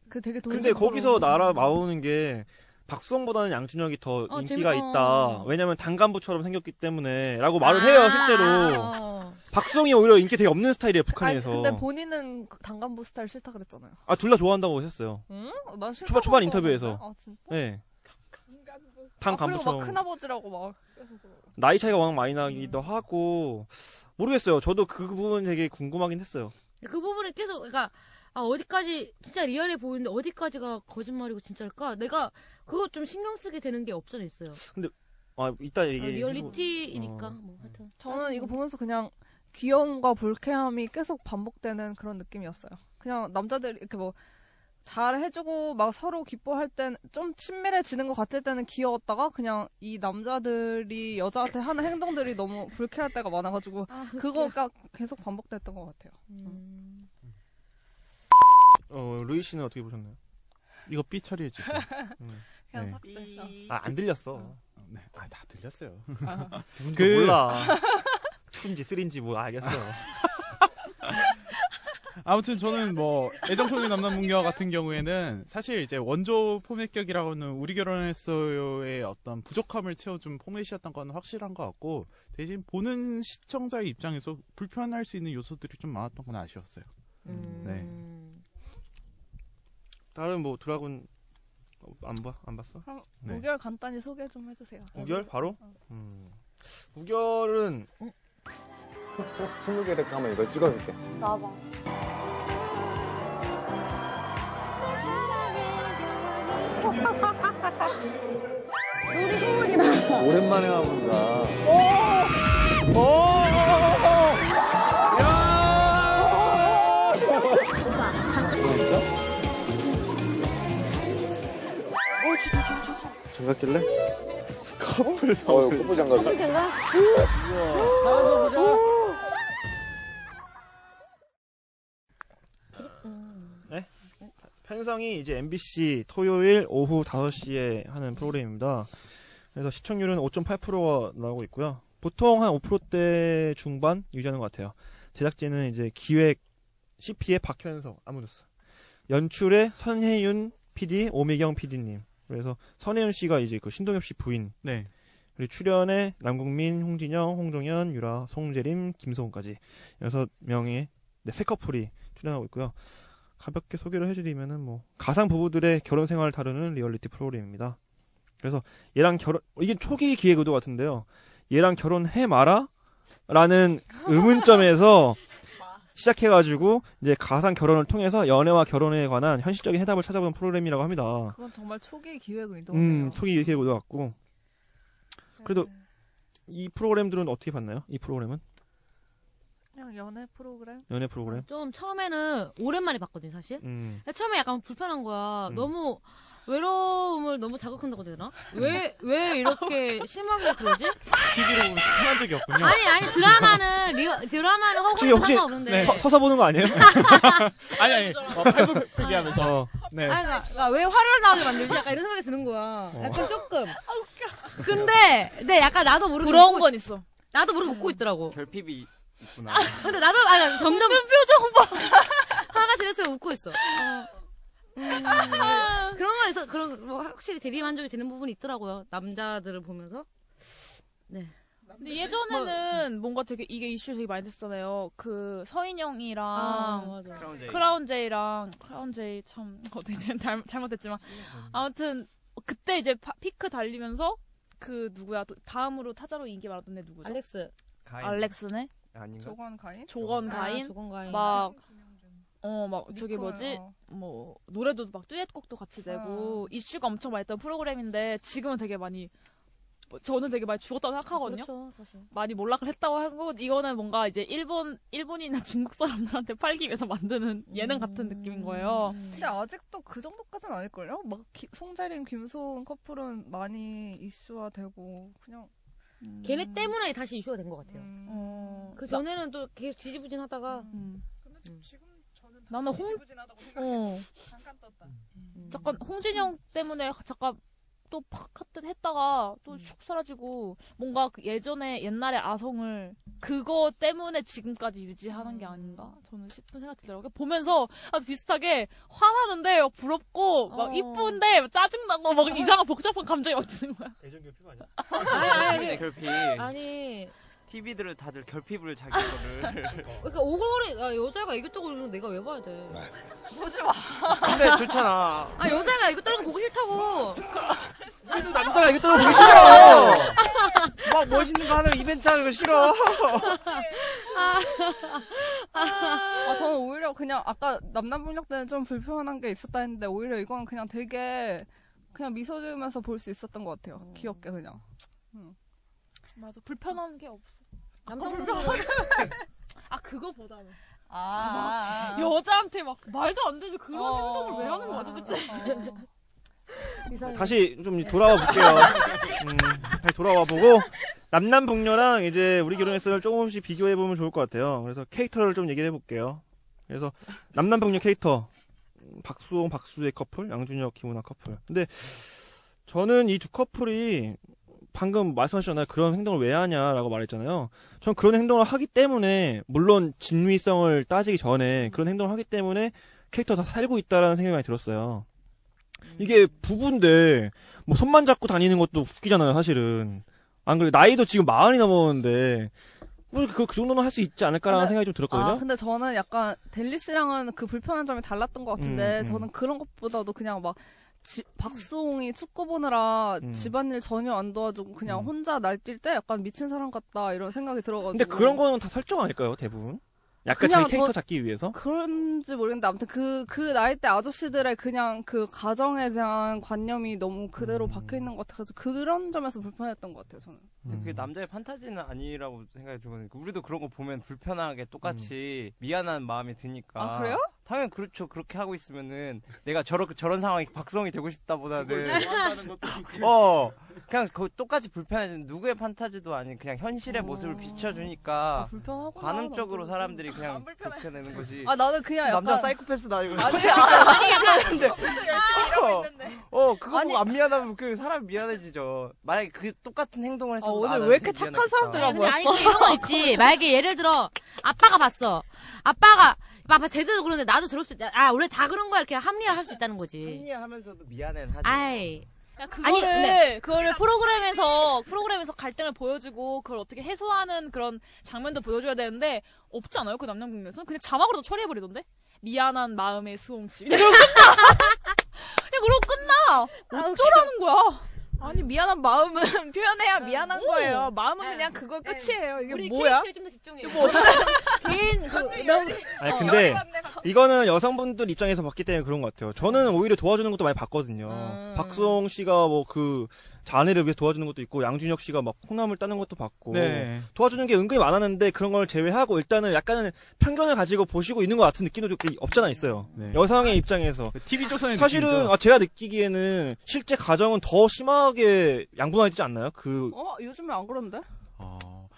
[SPEAKER 6] 그 되게 돌
[SPEAKER 3] 근데 거기서 나라 나오는 게 박수홍보다는 양준혁이 더
[SPEAKER 6] 어, 아.
[SPEAKER 3] 인기가
[SPEAKER 6] 재밌-
[SPEAKER 3] 있다.
[SPEAKER 6] 어.
[SPEAKER 3] 왜냐면 당간부처럼 생겼기 때문에라고 말을 해요 실제로.
[SPEAKER 6] 아,
[SPEAKER 3] 박수홍이 오히려 인기 되게 없는 스타일이에요 북한에서.
[SPEAKER 6] 근데 본인은 그 당간부 스타일 싫다 그랬잖아요.
[SPEAKER 3] 아 둘 다 좋아한다고 하셨어요.
[SPEAKER 6] 응? 난 싫다.
[SPEAKER 3] 초반 초반 인터뷰에서.
[SPEAKER 6] 아 진짜.
[SPEAKER 3] 네.
[SPEAKER 6] 아, 그리고 막
[SPEAKER 3] 당간부처럼.
[SPEAKER 6] 큰아버지라고 막.
[SPEAKER 3] 나이 차이가 워낙 많이 나기도
[SPEAKER 6] 음.
[SPEAKER 3] 하고 모르겠어요. 저도 그 부분 되게 궁금하긴 했어요.
[SPEAKER 24] 그 부분에 계속, 그러니까, 아, 어디까지, 진짜 리얼해 보이는데, 어디까지가 거짓말이고 진짜일까? 내가, 그거 좀 신경 쓰게 되는 게 없잖아, 있어요.
[SPEAKER 3] 근데 아 이따
[SPEAKER 24] 아,
[SPEAKER 3] 얘기. 어.
[SPEAKER 24] 리얼리티이니까, 뭐, 하여튼.
[SPEAKER 6] 저는 이거 보면서 그냥 귀여움과 불쾌함이 계속 반복되는 그런 느낌이었어요. 그냥 남자들 이렇게 뭐. 잘 해주고 막 서로 기뻐할 땐 좀 친밀해지는 것 같을 때는 귀여웠다가 그냥 이 남자들이 여자한테 하는 행동들이 너무 불쾌할 때가 많아가지고 음. 그거가 계속 반복됐던 것 같아요.
[SPEAKER 3] 어 루이 씨는 어떻게 보셨나요?
[SPEAKER 5] 이거 삐 처리해 주세요.
[SPEAKER 6] 그냥
[SPEAKER 5] 네.
[SPEAKER 6] 삭제.
[SPEAKER 3] 아 안 들렸어.
[SPEAKER 5] 네. 아, 다 들렸어요.
[SPEAKER 3] 누군지
[SPEAKER 5] 그-
[SPEAKER 3] 몰라. 2인지 3인지 뭐 알겠어.
[SPEAKER 5] 아무튼 저는 뭐 애정토미 남남문녀 같은 경우에는 사실 이제 원조 포맷격이라고는 우리 결혼했어요의 어떤 부족함을 채워준 포맷이었던 건 확실한 것 같고 대신 보는 시청자의 입장에서 불편할 수 있는 요소들이 좀 많았던 건 아쉬웠어요. 네.
[SPEAKER 3] 다른 뭐 드라군 어, 안 봐? 안 봤어?
[SPEAKER 6] 그럼
[SPEAKER 3] 네.
[SPEAKER 6] 우결 간단히 소개 좀 해주세요.
[SPEAKER 3] 우결 바로?
[SPEAKER 22] 어.
[SPEAKER 3] 음. 우결은
[SPEAKER 25] 어, 20개를 까면 이걸 찍어줄게.
[SPEAKER 22] 나봐. 놀이공원이다.
[SPEAKER 25] 오랜만에 와본다.
[SPEAKER 22] 오!
[SPEAKER 26] 오빠, 잠깐. 어, 저, 저, 저, 저.
[SPEAKER 27] 장갑 낄래? 커플 어 커플 장갑이
[SPEAKER 26] 잠깐.
[SPEAKER 3] 네? 편성이 이제 MBC 토요일 오후 5시에 하는 프로그램입니다. 그래서 시청률은 5.8%가 나오고 있고요. 보통 한 5%대 중반 유지하는 것 같아요. 제작진은 이제 기획 CP의 박현석 아무졌어. 연출의 선혜윤 PD, 오미경 PD님. 그래서 선혜윤 씨가 이제 그 신동엽 씨 부인.
[SPEAKER 5] 네.
[SPEAKER 3] 그리고 출연에 남국민, 홍진영, 홍종현, 유라, 송재림, 김소은까지 여섯 명의 네, 세 커플이 출연하고 있고요. 가볍게 소개를 해드리면은 뭐 가상 부부들의 결혼 생활을 다루는 리얼리티 프로그램입니다. 그래서 얘랑 결혼 이게 초기 기획 의도 같은데요. 얘랑 결혼해 마라? 라는 의문점에서 시작해가지고 이제 가상 결혼을 통해서 연애와 결혼에 관한 현실적인 해답을 찾아보는 프로그램이라고 합니다.
[SPEAKER 6] 그건 정말 초기 기획 의도네요.
[SPEAKER 3] 음 초기 기획 의도 같고
[SPEAKER 28] 네.
[SPEAKER 3] 그래도 이 프로그램들은 어떻게 봤나요? 이 프로그램은
[SPEAKER 6] 그냥 연애 프로그램?
[SPEAKER 3] 연애 프로그램?
[SPEAKER 28] 좀 처음에는 오랜만에 봤거든요, 사실.
[SPEAKER 3] 음.
[SPEAKER 28] 처음에 약간 불편한 거야.
[SPEAKER 3] 음.
[SPEAKER 28] 너무 외로움을 너무 자극한다고 해야 되나? 왜, 왜 이렇게 심하게 그러지?
[SPEAKER 5] TV로 편한 적이 없군요.
[SPEAKER 28] 아니, 아니, 드라마는, 리, 드라마는
[SPEAKER 3] 혹시
[SPEAKER 28] 허구는
[SPEAKER 3] 혹시
[SPEAKER 28] 상관없는데.
[SPEAKER 3] 네, 서, 서 보는 거 아니에요?
[SPEAKER 5] 아니 아니 어, 팔굽 펴기하면서
[SPEAKER 3] 어,
[SPEAKER 5] 네.
[SPEAKER 28] 아니, 그러니까, 그러니까 왜 화를 나게 만들지? 약간 이런 생각이 드는 거야.
[SPEAKER 5] 어.
[SPEAKER 28] 약간 조금. 근데, 근데 약간 나도 모르게.
[SPEAKER 4] 부러운
[SPEAKER 28] 웃고
[SPEAKER 4] 건
[SPEAKER 28] 있- 나도 모르게 웃고 있더라고.
[SPEAKER 1] 결핍이 있구나.
[SPEAKER 28] 아, 근데 나도, 아, 나 점점. 표정 봐. 화가 지날수록 웃고 있어. 어. 음, 그런 거에서, 그런, 뭐, 확실히 대리만족이 되는 부분이 있더라고요. 남자들을 보면서. 네. 뭐, 음.
[SPEAKER 4] 근데 예전에는 뭔가 되게 이게 이슈 되게 많이 됐잖아요. 그 서인영이랑
[SPEAKER 28] 아, 맞아.
[SPEAKER 1] 크라운제이.
[SPEAKER 4] 크라운제이랑 크라운제이 참 어떻게 잘못했지만 아무튼 그때 이제 파- 피크 달리면서 그 누구야 또 다음으로 타자로 인기 많았던 애 누구죠?
[SPEAKER 28] 알렉스.
[SPEAKER 1] 가인.
[SPEAKER 4] 알렉스네.
[SPEAKER 1] 아닌가?
[SPEAKER 4] 조건 가인. 조건
[SPEAKER 28] 아,
[SPEAKER 4] 가인.
[SPEAKER 28] 조건 가인.
[SPEAKER 4] 막 어, 막, 저기
[SPEAKER 28] 니콜,
[SPEAKER 4] 뭐지?
[SPEAKER 28] 어. 아.
[SPEAKER 4] 뭐, 노래도 막 듀엣곡도 같이 내고, 이슈가 엄청 많이 했던 프로그램인데, 지금은 되게 많이, 뭐 저는 되게 많이 죽었다고 생각하거든요.
[SPEAKER 28] 그렇죠, 사실.
[SPEAKER 4] 많이 몰락을 했다고 하고 이거는 뭔가 이제 일본 일본이나 중국 사람들한테 팔기 위해서 만드는 예능 같은
[SPEAKER 28] 음.
[SPEAKER 4] 느낌인 거예요.
[SPEAKER 6] 근데 아직도 그 정도까지는 아닐걸요? 막 기- 송재림, 김소은 커플은 많이 이슈화되고 그냥 음.
[SPEAKER 28] 걔네 때문에 다시 이슈가 된 것 같아요. 그
[SPEAKER 6] 나-
[SPEAKER 28] 전에는 또 계속 지지부진 하다가.
[SPEAKER 6] 음.
[SPEAKER 4] 나는 홍 어.
[SPEAKER 28] 음.
[SPEAKER 4] 잠깐 홍진영 때문에 잠깐 또팍 했다가
[SPEAKER 28] 음.
[SPEAKER 4] 또 슉 사라지고 뭔가 그 예전에 옛날의 아성을 그거 때문에 지금까지 유지하는
[SPEAKER 28] 음.
[SPEAKER 4] 게 아닌가 저는 싶은 생각이 들더라고요 보면서 아, 비슷하게 화나는데 부럽고
[SPEAKER 28] 어.
[SPEAKER 4] 막 이쁜데 짜증나고 막 이상한 복잡한 감정이 막 드는 거야
[SPEAKER 28] 아니, 아니.
[SPEAKER 1] 결핍.
[SPEAKER 28] 아니,
[SPEAKER 1] TV들을 다들 결핍을 자기 거를.
[SPEAKER 28] 그러니까 오글거리, 아, 여자가 이거 떠고 이러면 내가 왜 봐야 돼. 보지 마.
[SPEAKER 1] 근데 좋잖아.
[SPEAKER 28] 아, 여자가 이거 떠는 거 보기 싫다고.
[SPEAKER 1] 그래도 남자가 이거 떠는 거 보기 싫어. 막 멋있는 거 하는 이벤트 하는 거 싫어.
[SPEAKER 6] 아, 저는 오히려 그냥 아까 남남분력 때는 좀 불편한 게 있었다 했는데 오히려 이건 그냥 되게 그냥 미소 지으면서 볼 수 있었던 것 같아요. 귀엽게 그냥.
[SPEAKER 4] 맞아 불편한 게 없어
[SPEAKER 6] 남성분들은-
[SPEAKER 4] 아 그거보다는
[SPEAKER 6] 아, 아.
[SPEAKER 28] 어.
[SPEAKER 4] 여자한테 막 말도 안 되는 그런 행동을 왜 하는 거야 도대체
[SPEAKER 3] 다시 좀 돌아와 볼게요. 음, 다시 돌아와 보고 남남북녀랑 이제 우리 결혼했을 조금씩 비교해 보면 좋을 것 같아요. 그래서 캐릭터를 좀 얘기를 해볼게요. 그래서 남남북녀 캐릭터 음, 박수홍 박수의 커플, 양준혁 김은하 커플. 근데 저는 이 두 커플이 방금 말씀하셨잖아요. 그런 행동을 왜 하냐라고 말했잖아요. 전 그런 행동을 하기 때문에 물론 진위성을 따지기 전에 그런 행동을 하기 때문에 캐릭터 다 살고 있다라는 생각이 많이 들었어요.
[SPEAKER 6] 음.
[SPEAKER 3] 이게 부부인데 뭐 손만 잡고 다니는 것도 웃기잖아요, 사실은. 안 그래 나이도 지금 마흔이 넘었는데 뭐그 그 정도는 할 수 있지 않을까라는 생각이 좀 들었거든요.
[SPEAKER 6] 아, 근데 저는 약간 델리 씨랑은 그 불편한 점이 달랐던 것
[SPEAKER 3] 음,
[SPEAKER 6] 같은데
[SPEAKER 3] 음.
[SPEAKER 6] 저는 그런 것보다도 그냥 막 지- 박수홍이 축구 보느라
[SPEAKER 3] 음.
[SPEAKER 6] 집안일 전혀 안 도와주고 그냥 혼자 날뛸 때 약간 미친 사람 같다 이런 생각이 들어가지고
[SPEAKER 3] 근데 그런 거는 다 설정 아닐까요, 대부분? 약간
[SPEAKER 6] 그냥
[SPEAKER 3] 자기 캐릭터
[SPEAKER 6] 저-
[SPEAKER 3] 잡기 위해서?
[SPEAKER 6] 그런지 모르겠는데 아무튼 그 그 나이 대 아저씨들의 그냥 그 가정에 대한 관념이 너무
[SPEAKER 8] 음.
[SPEAKER 6] 그대로 박혀 있는 것 같아서 그런 점에서 불편했던 것 같아요 저는.
[SPEAKER 8] 근데
[SPEAKER 3] 음.
[SPEAKER 8] 그게 남자의 판타지는 아니라고 생각이 들거든요. 우리도 그런 거 보면 불편하게 똑같이 미안한 마음이 드니까.
[SPEAKER 6] 아, 그래요?
[SPEAKER 8] 당연히 그렇죠. 그렇게 하고 있으면은 내가 저러, 저런 상황이 박성이 되고 싶다보다는.
[SPEAKER 18] 그걸 좋아한다는 것도 있고.
[SPEAKER 8] 어. 그냥 그 똑같이 불편해지는 누구의 판타지도 아닌 그냥 현실의 모습을 비춰주니까
[SPEAKER 6] 불편하구나.
[SPEAKER 8] 관음적으로 아, 사람들이 그냥 그렇게 되는 거지.
[SPEAKER 6] 아 나는 그냥 약간
[SPEAKER 8] 남자 사이코패스다 이거.
[SPEAKER 6] 아니 아니 약간
[SPEAKER 8] 어, 어, 그거 보고 안 미안하면 그 사람 미안해지죠. 만약에 그 똑같은 행동을 했어.
[SPEAKER 6] 아, 오늘 왜 이렇게 착한 사람들이야,
[SPEAKER 4] 근데 아니 근데 이런 거 있지. 만약에 예를 들어 아빠가 봤어. 아빠가 아빠 제대로 그러는데 나도 저럴 수 있다. 아 원래 다 그런 거야 이렇게 합리화할 수 있다는 거지.
[SPEAKER 8] 합리화하면서도 미안해는 하지.
[SPEAKER 4] 아이.
[SPEAKER 29] 그러니까
[SPEAKER 4] 네.
[SPEAKER 29] 그거를
[SPEAKER 4] 근데-
[SPEAKER 29] 그거를 프로그램에서 프로그램에서 갈등을 보여주고 그걸 어떻게 해소하는 그런 장면도 보여줘야 되는데 없지 않아요 그 남양 국면에서는 그냥 자막으로도 처리해버리던데 미안한 마음의 수홍 씨 그냥 끝나 그냥 그러고 끝나 어쩌라는 거야
[SPEAKER 20] 아니 미안한 마음은 표현해야
[SPEAKER 4] 네.
[SPEAKER 20] 미안한
[SPEAKER 29] 오.
[SPEAKER 20] 거예요. 마음은 그냥 그거 끝이에요. 이게 뭐야?
[SPEAKER 4] 그
[SPEAKER 29] 캐릭터에 좀더 집중해요.
[SPEAKER 20] 이거 뭐 어쩌자.
[SPEAKER 29] 개인 그
[SPEAKER 3] 아니 근데 이거는 여성분들 입장에서 봤기 때문에 그런 것 같아요. 저는 오히려 도와주는 것도 많이 봤거든요. 박수홍 씨가 뭐 그 자네를 위해 도와주는 것도 있고 양준혁 씨가 막 콩나물 따는 것도 봤고
[SPEAKER 5] 네.
[SPEAKER 3] 도와주는 게 은근히 많았는데 그런 걸 제외하고 일단은 약간은 편견을 가지고 보시고 있는 것 같은 느낌도 좀 없잖아 있어요. 여성의 입장에서
[SPEAKER 5] TV 조선의
[SPEAKER 3] 사실은
[SPEAKER 5] 네. 느낌이죠.
[SPEAKER 3] 아, 제가 느끼기에는 실제 가정은 더 심하게 양분화되지 않나요? 그
[SPEAKER 6] 어 요즘에 안 그런데?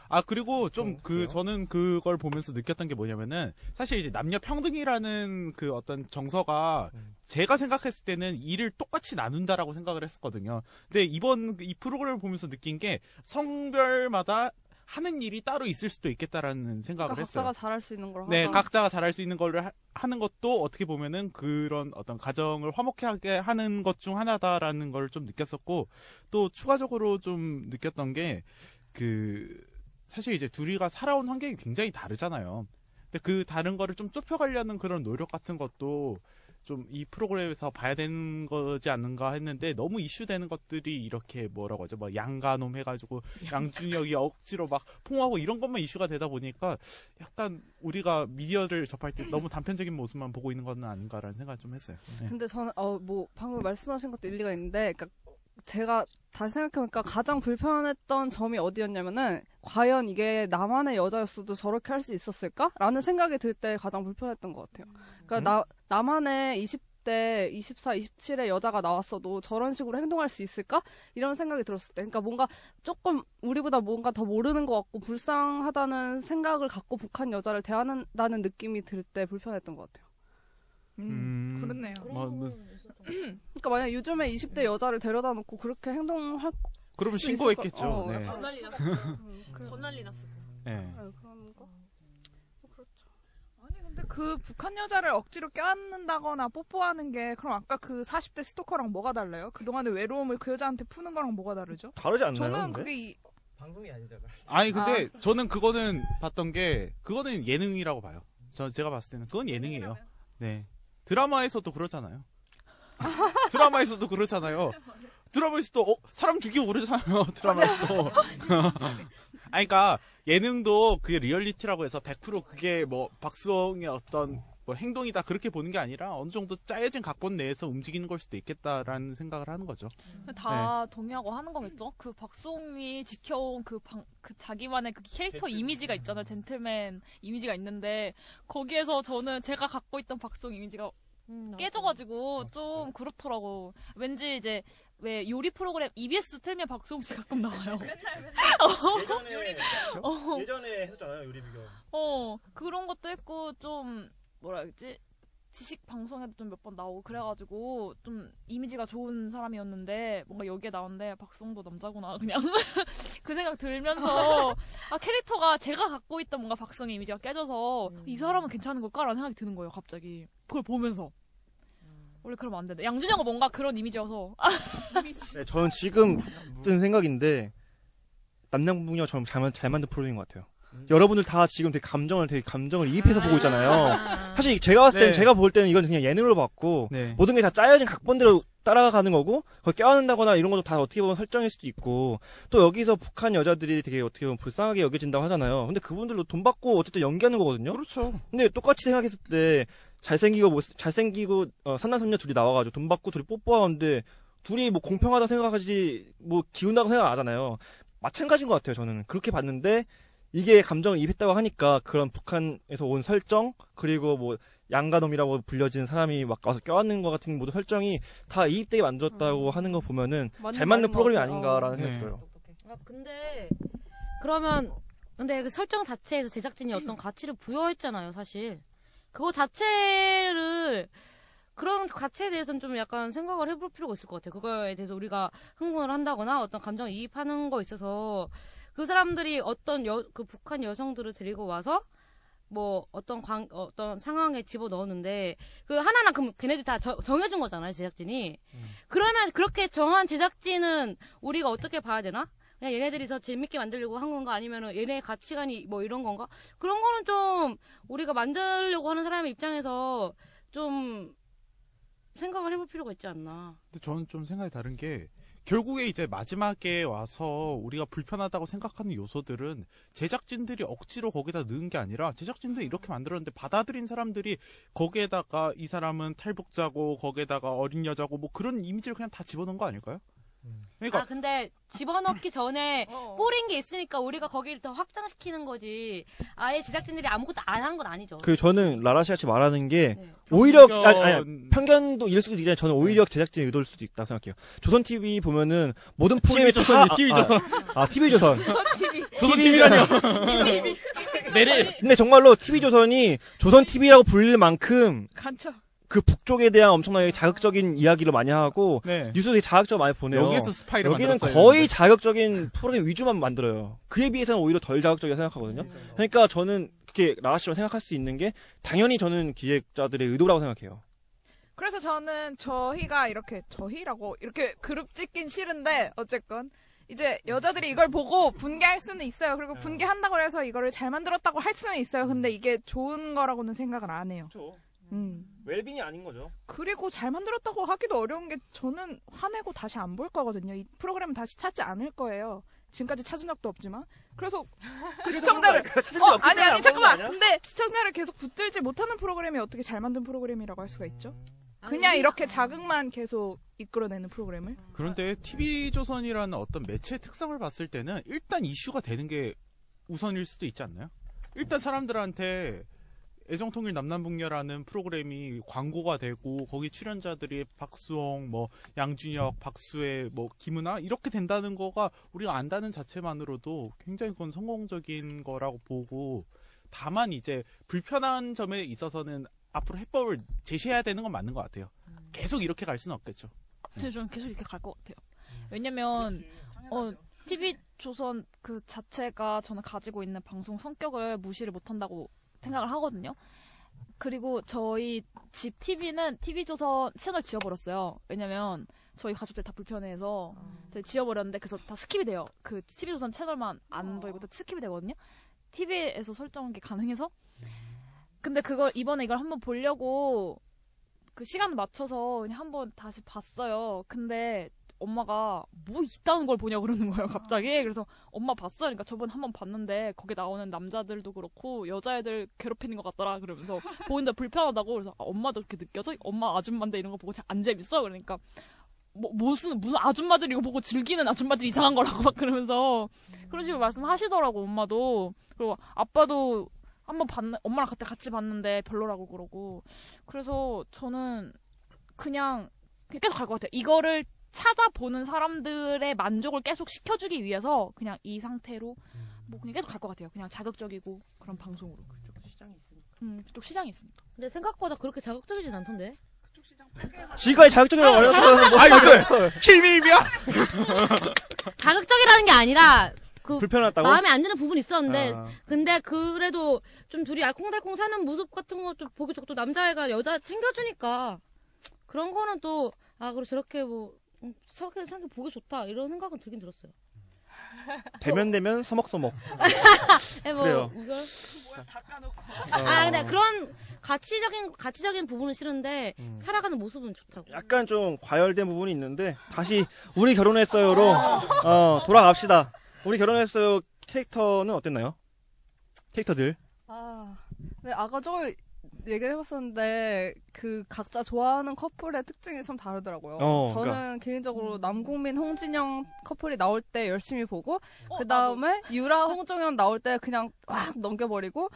[SPEAKER 5] 아 그리고 좀 그 저는 그걸 보면서 느꼈던 게 뭐냐면은 사실 이제 남녀 평등이라는 그 어떤 정서가 제가 생각했을 때는 일을 똑같이 나눈다라고 생각을 했었거든요. 근데 이번 이 프로그램을 보면서 느낀 게 성별마다 하는 일이 따로 있을 수도 있겠다라는 생각을 했어요.
[SPEAKER 6] 그러니까 각자가 잘할 수 있는 걸
[SPEAKER 5] 네,
[SPEAKER 6] 하자.
[SPEAKER 5] 각자가 잘할 수 있는 걸 하는 것도 어떻게 보면은 그런 어떤 가정을 화목하게 하는 것 중 하나다라는 걸 좀 느꼈었고 또 추가적으로 좀 느꼈던 게 그 사실 이제 둘이가 살아온 환경이 굉장히 다르잖아요. 근데 그 다른 거를 좀 좁혀가려는 그런 노력 같은 것도 좀 이 프로그램에서 봐야 되는 거지 않는가 했는데 너무 이슈되는 것들이 이렇게 뭐라고 하죠? 막 양가놈 해가지고 양준혁이 억지로 막 포옹하고 이런 것만 이슈가 되다 보니까 약간 우리가 미디어를 접할 때 너무 단편적인 모습만 보고 있는 건 아닌가라는 생각을 좀 했어요. 네.
[SPEAKER 6] 근데 저는 어 뭐 방금 말씀하신 것도 일리가 있는데 그러니까 제가 다시 생각해보니까 가장 불편했던 점이 어디였냐면은 과연 이게 나만의 여자였어도 저렇게 할 수 있었을까라는 생각이 들 때 가장 불편했던 것 같아요. 그러니까 나 나만의 20대, 24, 27의 여자가 나왔어도 저런 식으로 행동할 수 있을까? 이런 생각이 들었을 때. 그러니까 뭔가 조금 우리보다 뭔가 더 모르는 것 같고 불쌍하다는 생각을 갖고 북한 여자를 대한다는 느낌이 들 때 불편했던 것 같아요.
[SPEAKER 5] 음,
[SPEAKER 20] 그렇네요.
[SPEAKER 5] 뭐, 뭐,
[SPEAKER 6] 그러니까 만약 요즘에 20대 여자를 데려다 놓고 그렇게 행동할 거-
[SPEAKER 5] 그러면
[SPEAKER 6] 수 있을
[SPEAKER 5] 신고했겠죠.
[SPEAKER 6] 거- 어,
[SPEAKER 5] 네.
[SPEAKER 6] 약간-
[SPEAKER 29] 전난리
[SPEAKER 4] 음.
[SPEAKER 29] 났어 전난리 났어
[SPEAKER 5] 네.
[SPEAKER 20] 어, 그런 거. 어, 그렇죠. 아니 근데 그 북한 여자를 억지로 껴안는다거나 뽀뽀하는 게 그럼 아까 그 40대 스토커랑 뭐가 달라요? 그동안의 외로움을 그 여자한테 푸는 거랑 뭐가 다르죠?
[SPEAKER 3] 다르지 않나요,
[SPEAKER 20] 저는
[SPEAKER 5] 근데?
[SPEAKER 20] 그게 이...
[SPEAKER 8] 방송이 아니잖아.
[SPEAKER 5] 아니 근데 저는 그거는 봤던 게 그거는 예능이라고 봐요. 저 제가 봤을 때는 그건 예능이에요. 네. 드라마에서도 그렇잖아요. 드라마에서도 그렇잖아요. 드라마에서도 어, 사람 죽이고 그러잖아요. 드라마에서도. 아니 그러니까 예능도 그게 리얼리티라고 해서 100% 그게 뭐 박수홍의 어떤 뭐 행동이다 그렇게 보는 게 아니라 어느 정도 짜여진 각본 내에서 움직이는 걸 수도 있겠다라는 생각을 하는 거죠.
[SPEAKER 29] 다 동의하고 하는 거겠죠? 그 박수홍이 지켜온 그, 방, 그 자기만의 그 캐릭터 이미지가 있잖아요. 젠틀맨 이미지가 있는데 거기에서 저는 제가 갖고 있던 박수홍 이미지가 깨져가지고 좀 그렇더라고. 왠지 이제 왜 요리 프로그램 EBS 틀면 박수홍 씨 가끔 나와요. 맨날 맨날 요리 어.
[SPEAKER 3] 예전에 했었잖아요 요리 비교.
[SPEAKER 29] 어 그런 것도 했고 좀 뭐라 그랬지 지식 방송에도 좀 몇 번 나오고 그래가지고 좀 이미지가 좋은 사람이었는데 뭔가 여기에 나오는데 박성도 남자구나 그냥 그 생각 들면서 아 캐릭터가 제가 갖고 있던 뭔가 박성의 이미지가 깨져서 이 사람은 괜찮은 걸까라는 생각이 드는 거예요 갑자기 그걸 보면서 원래 그러면 안 되는데 양준영은 뭔가 그런 이미지여서
[SPEAKER 3] 네, 저는 지금 든 생각인데 남양북녀처럼 잘, 만- 잘 만든 프로그램인 것 같아요. 여러분들 다 지금 되게 감정을 되게 감정을 이입해서 보고 있잖아요. 사실 제가 봤을 때는
[SPEAKER 5] 네.
[SPEAKER 3] 제가 볼 때는 이건 그냥 예능으로 봤고
[SPEAKER 5] 네.
[SPEAKER 3] 모든 게 다 짜여진 각본대로 따라가는 거고 그걸 껴안는다거나 이런 것도 다 어떻게 보면 설정일 수도 있고 또 여기서 북한 여자들이 되게 어떻게 보면 불쌍하게 여겨진다고 하잖아요. 근데 그분들도 돈 받고 어쨌든 연기하는 거거든요.
[SPEAKER 5] 그렇죠.
[SPEAKER 3] 근데 똑같이 생각했을 때 잘생기고 못- 잘생기고 어, 산남선녀 둘이 나와가지고 돈 받고 둘이 뽀뽀하는데 둘이 뭐 공평하다 생각하지 뭐 기운다고 생각 안 하잖아요. 마찬가지인 것 같아요. 저는 그렇게 봤는데 이게 감정을 입했다고 하니까 그런 북한에서 온 설정 그리고 뭐 양가놈이라고 불려진 사람이 막 와서 껴안는 것 같은 모든 설정이 다 이입되게 만들었다고 하는 거 보면은
[SPEAKER 30] 음. 맞는
[SPEAKER 3] 잘
[SPEAKER 30] 말인
[SPEAKER 3] 맞는
[SPEAKER 30] 것
[SPEAKER 3] 프로그램이
[SPEAKER 30] 같아요.
[SPEAKER 3] 아닌가라는
[SPEAKER 30] 네.
[SPEAKER 3] 생각이 들어요.
[SPEAKER 30] 아, 근데 그러면 근데 그 설정 자체에서 제작진이 어떤 가치를 부여했잖아요, 사실. 그거 자체를 그런 가치에 대해서는 좀 약간 생각을 해볼 필요가 있을 것 같아요. 그거에 대해서 우리가 흥분을 한다거나 어떤 감정을 이입하는 거 있어서 그 사람들이 어떤 여, 그 북한 여성들을 데리고 와서 뭐 어떤 광 어떤 상황에 집어 넣었는데 그 하나하나 그럼 걔네들 다 저- 정해준 거잖아요 제작진이 그러면 그렇게 정한 제작진은 우리가 어떻게 봐야 되나 그냥 얘네들이 더 재밌게 만들려고 한 건가 아니면은 얘네 가치관이 뭐 이런 건가 그런 거는 좀 우리가 만들려고 하는 사람의 입장에서 좀 생각을 해볼 필요가 있지 않나
[SPEAKER 5] 근데 저는 좀 생각이 다른 게 결국에 이제 마지막에 와서 우리가 불편하다고 생각하는 요소들은 제작진들이 억지로 거기다 넣은 게 아니라 제작진들이 이렇게 만들었는데 받아들인 사람들이 거기에다가 이 사람은 탈북자고 거기에다가 어린 여자고 뭐 그런 이미지를 그냥 다 집어넣은 거 아닐까요? 그러니까
[SPEAKER 30] 아 근데 집어넣기 전에 뿌린 게 있으니까 우리가 거기를 더 확장시키는 거지 아예 제작진들이 아무것도 안 한 건 아니죠
[SPEAKER 3] 그 저는 라라 씨같이 말하는 게
[SPEAKER 30] 네.
[SPEAKER 3] 오히려
[SPEAKER 5] 편견-
[SPEAKER 3] 아니, 아니, 편견도 일 수도 있잖아요. 저는
[SPEAKER 5] 네.
[SPEAKER 3] 오히려 제작진의 의도일 수도 있다 고 생각해요. 조선 TV 보면은 모든 프로그램이 다-
[SPEAKER 5] 조선이,
[SPEAKER 3] 아,
[SPEAKER 5] TV
[SPEAKER 3] 아,
[SPEAKER 5] 조선.
[SPEAKER 3] 아, TV 조선.
[SPEAKER 5] 조선 TV라뇨.
[SPEAKER 3] 내리. 근데 정말로 TV 조선이 조선 TV라고 불릴 만큼
[SPEAKER 4] 간첩.
[SPEAKER 3] 그 북쪽에 대한 엄청나게 자극적인 이야기를 많이 하고 뉴스도 되게 자극적으로 많이 보내요.
[SPEAKER 5] 네. 여기에서 스파이를
[SPEAKER 3] 여기는
[SPEAKER 5] 만들었어요,
[SPEAKER 3] 거의
[SPEAKER 5] 근데.
[SPEAKER 3] 자극적인 프로그램 위주만 만들어요. 그에 비해서는 오히려 덜 자극적이라 생각하거든요. 그러니까 저는 그렇게 라라 씨랑 생각할 수 있는 게 당연히 저는 기획자들의 의도라고 생각해요.
[SPEAKER 4] 그래서 저는 저희가 이렇게 저희라고 이렇게 그룹 찍긴 싫은데 어쨌건 이제 여자들이 이걸 보고 분개할 수는 있어요. 그리고 분개한다고 해서 이거를 잘 만들었다고 할 수는 있어요. 근데 이게 좋은 거라고는 생각을 안 해요.
[SPEAKER 3] 그렇죠.
[SPEAKER 4] 음.
[SPEAKER 3] 웰빙이 아닌 거죠.
[SPEAKER 4] 그리고 잘 만들었다고 하기도 어려운 게 저는 화내고 다시 안 볼 거거든요. 이 프로그램 은 다시 찾지 않을 거예요. 지금까지 찾은 적도 없지만 그래서 그 시청자를
[SPEAKER 31] 찾은
[SPEAKER 4] 어,
[SPEAKER 31] 적 없기
[SPEAKER 4] 아니
[SPEAKER 31] 때문에
[SPEAKER 4] 아니
[SPEAKER 31] 안 보는 거
[SPEAKER 4] 잠깐만
[SPEAKER 31] 아니야?
[SPEAKER 4] 근데 시청자를 계속 붙들지 못하는 프로그램이 어떻게 잘 만든 프로그램이라고 할 수가 있죠? 그냥
[SPEAKER 31] 아니,
[SPEAKER 4] 이렇게 자극만 계속 이끌어내는 프로그램을
[SPEAKER 5] 그런데 TV조선이라는 어떤 매체의 특성을 봤을 때는 일단 이슈가 되는 게 우선일 수도 있지 않나요? 일단 사람들한테 애정통일 남남북녀라는 프로그램이 광고가 되고 거기 출연자들이 박수홍, 뭐 양준혁, 박수혜, 뭐 김은하 이렇게 된다는 거가 우리가 안다는 자체만으로도 굉장히 그건 성공적인 거라고 보고 다만 이제 불편한 점에 있어서는 앞으로 해법을 제시해야 되는 건 맞는 것 같아요. 계속 이렇게 갈 수는 없겠죠.
[SPEAKER 6] 근데 네, 저는 계속 이렇게 갈 것 같아요. 왜냐면 어 TV 조선 그 자체가 저는 가지고 있는 방송 성격을 무시를 못한다고 생각을 하거든요. 그리고 저희 집 TV는 TV 조선 채널 지워버렸어요. 왜냐면 저희 가족들 다 불편해서 저희 지워버렸는데 그래서 다 스킵이 돼요. 그 TV 조선 채널만 안 보이고 다 스킵이 되거든요. TV에서 설정한 게 가능해서 근데 그걸 이번에 이걸 한번 보려고 그 시간 맞춰서 그냥 한번 다시 봤어요. 근데 엄마가 뭐 있다는 걸 보냐 그러는
[SPEAKER 30] 아.
[SPEAKER 6] 거예요, 갑자기. 그래서 엄마 봤어? 그러니까 저번에 한번 봤는데 거기 나오는 남자들도 그렇고 여자애들 괴롭히는 것 같더라 그러면서 보는데 불편하다고 그래서 아, 엄마도 그렇게 느껴져? 엄마 아줌마인데 이런 거 보고 안 재밌어? 그러니까 뭐, 무슨, 무슨 아줌마들 이거 보고 즐기는 아줌마들 이상한 거라고 막 그러면서
[SPEAKER 30] 음.
[SPEAKER 6] 그런 식으로 말씀하시더라고, 엄마도. 그리고 아빠도 한번 봤는, 엄마랑 그때 같이 봤는데 별로라고 그러고. 그래서 저는 그냥 그냥 계속 갈 것 같아요. 이거를 찾아보는 사람들의 만족을 계속 시켜주기 위해서 그냥 이 상태로 뭐 그냥 계속 갈 것 같아요. 그냥 자극적이고 그런 방송으로. 그쪽 시장이 있으니까. 음, 그쪽 시장이 있으니까.
[SPEAKER 30] 근데 생각보다 그렇게 자극적이진 않던데
[SPEAKER 3] 지금까지 자극적이라고 말하 아니 무슨
[SPEAKER 5] 킬미입이야?
[SPEAKER 30] 자극적이라는 게 아니라 그
[SPEAKER 3] 불편하다고?
[SPEAKER 30] 마음에 안 드는 부분이 있었는데
[SPEAKER 3] 어? 아.
[SPEAKER 30] 근데 그래도 좀 둘이 알콩달콩 사는 모습 같은 것도 보기 좋고 또 남자애가 여자 챙겨주니까 그런 거는 또 아 그리고 저렇게 뭐 음, 저렇게 생각 보기 좋다 이런 생각은 들긴 들었어요
[SPEAKER 3] 대면 대면 서먹서먹.
[SPEAKER 30] 예,
[SPEAKER 4] 에, 뭐,
[SPEAKER 3] 그래요.
[SPEAKER 4] 이걸?
[SPEAKER 3] 어.
[SPEAKER 4] 아, 근데
[SPEAKER 30] 네,
[SPEAKER 4] 그런 가치적인 가치적인 부분은 싫은데
[SPEAKER 3] 음.
[SPEAKER 4] 살아가는 모습은 좋다고.
[SPEAKER 3] 약간 좀 과열된 부분이 있는데 다시 우리 결혼했어요로 어, 돌아갑시다. 우리 결혼했어요 캐릭터는 어땠나요? 캐릭터들.
[SPEAKER 6] 아, 네, 아까 조금 얘기를 해봤었는데 그 각자 좋아하는 커플의 특징이 좀 다르더라고요.
[SPEAKER 18] 어,
[SPEAKER 6] 저는
[SPEAKER 18] 그러니까.
[SPEAKER 6] 개인적으로 남궁민 홍진영 커플이 나올 때 열심히 보고 그 다음에 유라 홍정현 나올 때 그냥 확 넘겨버리고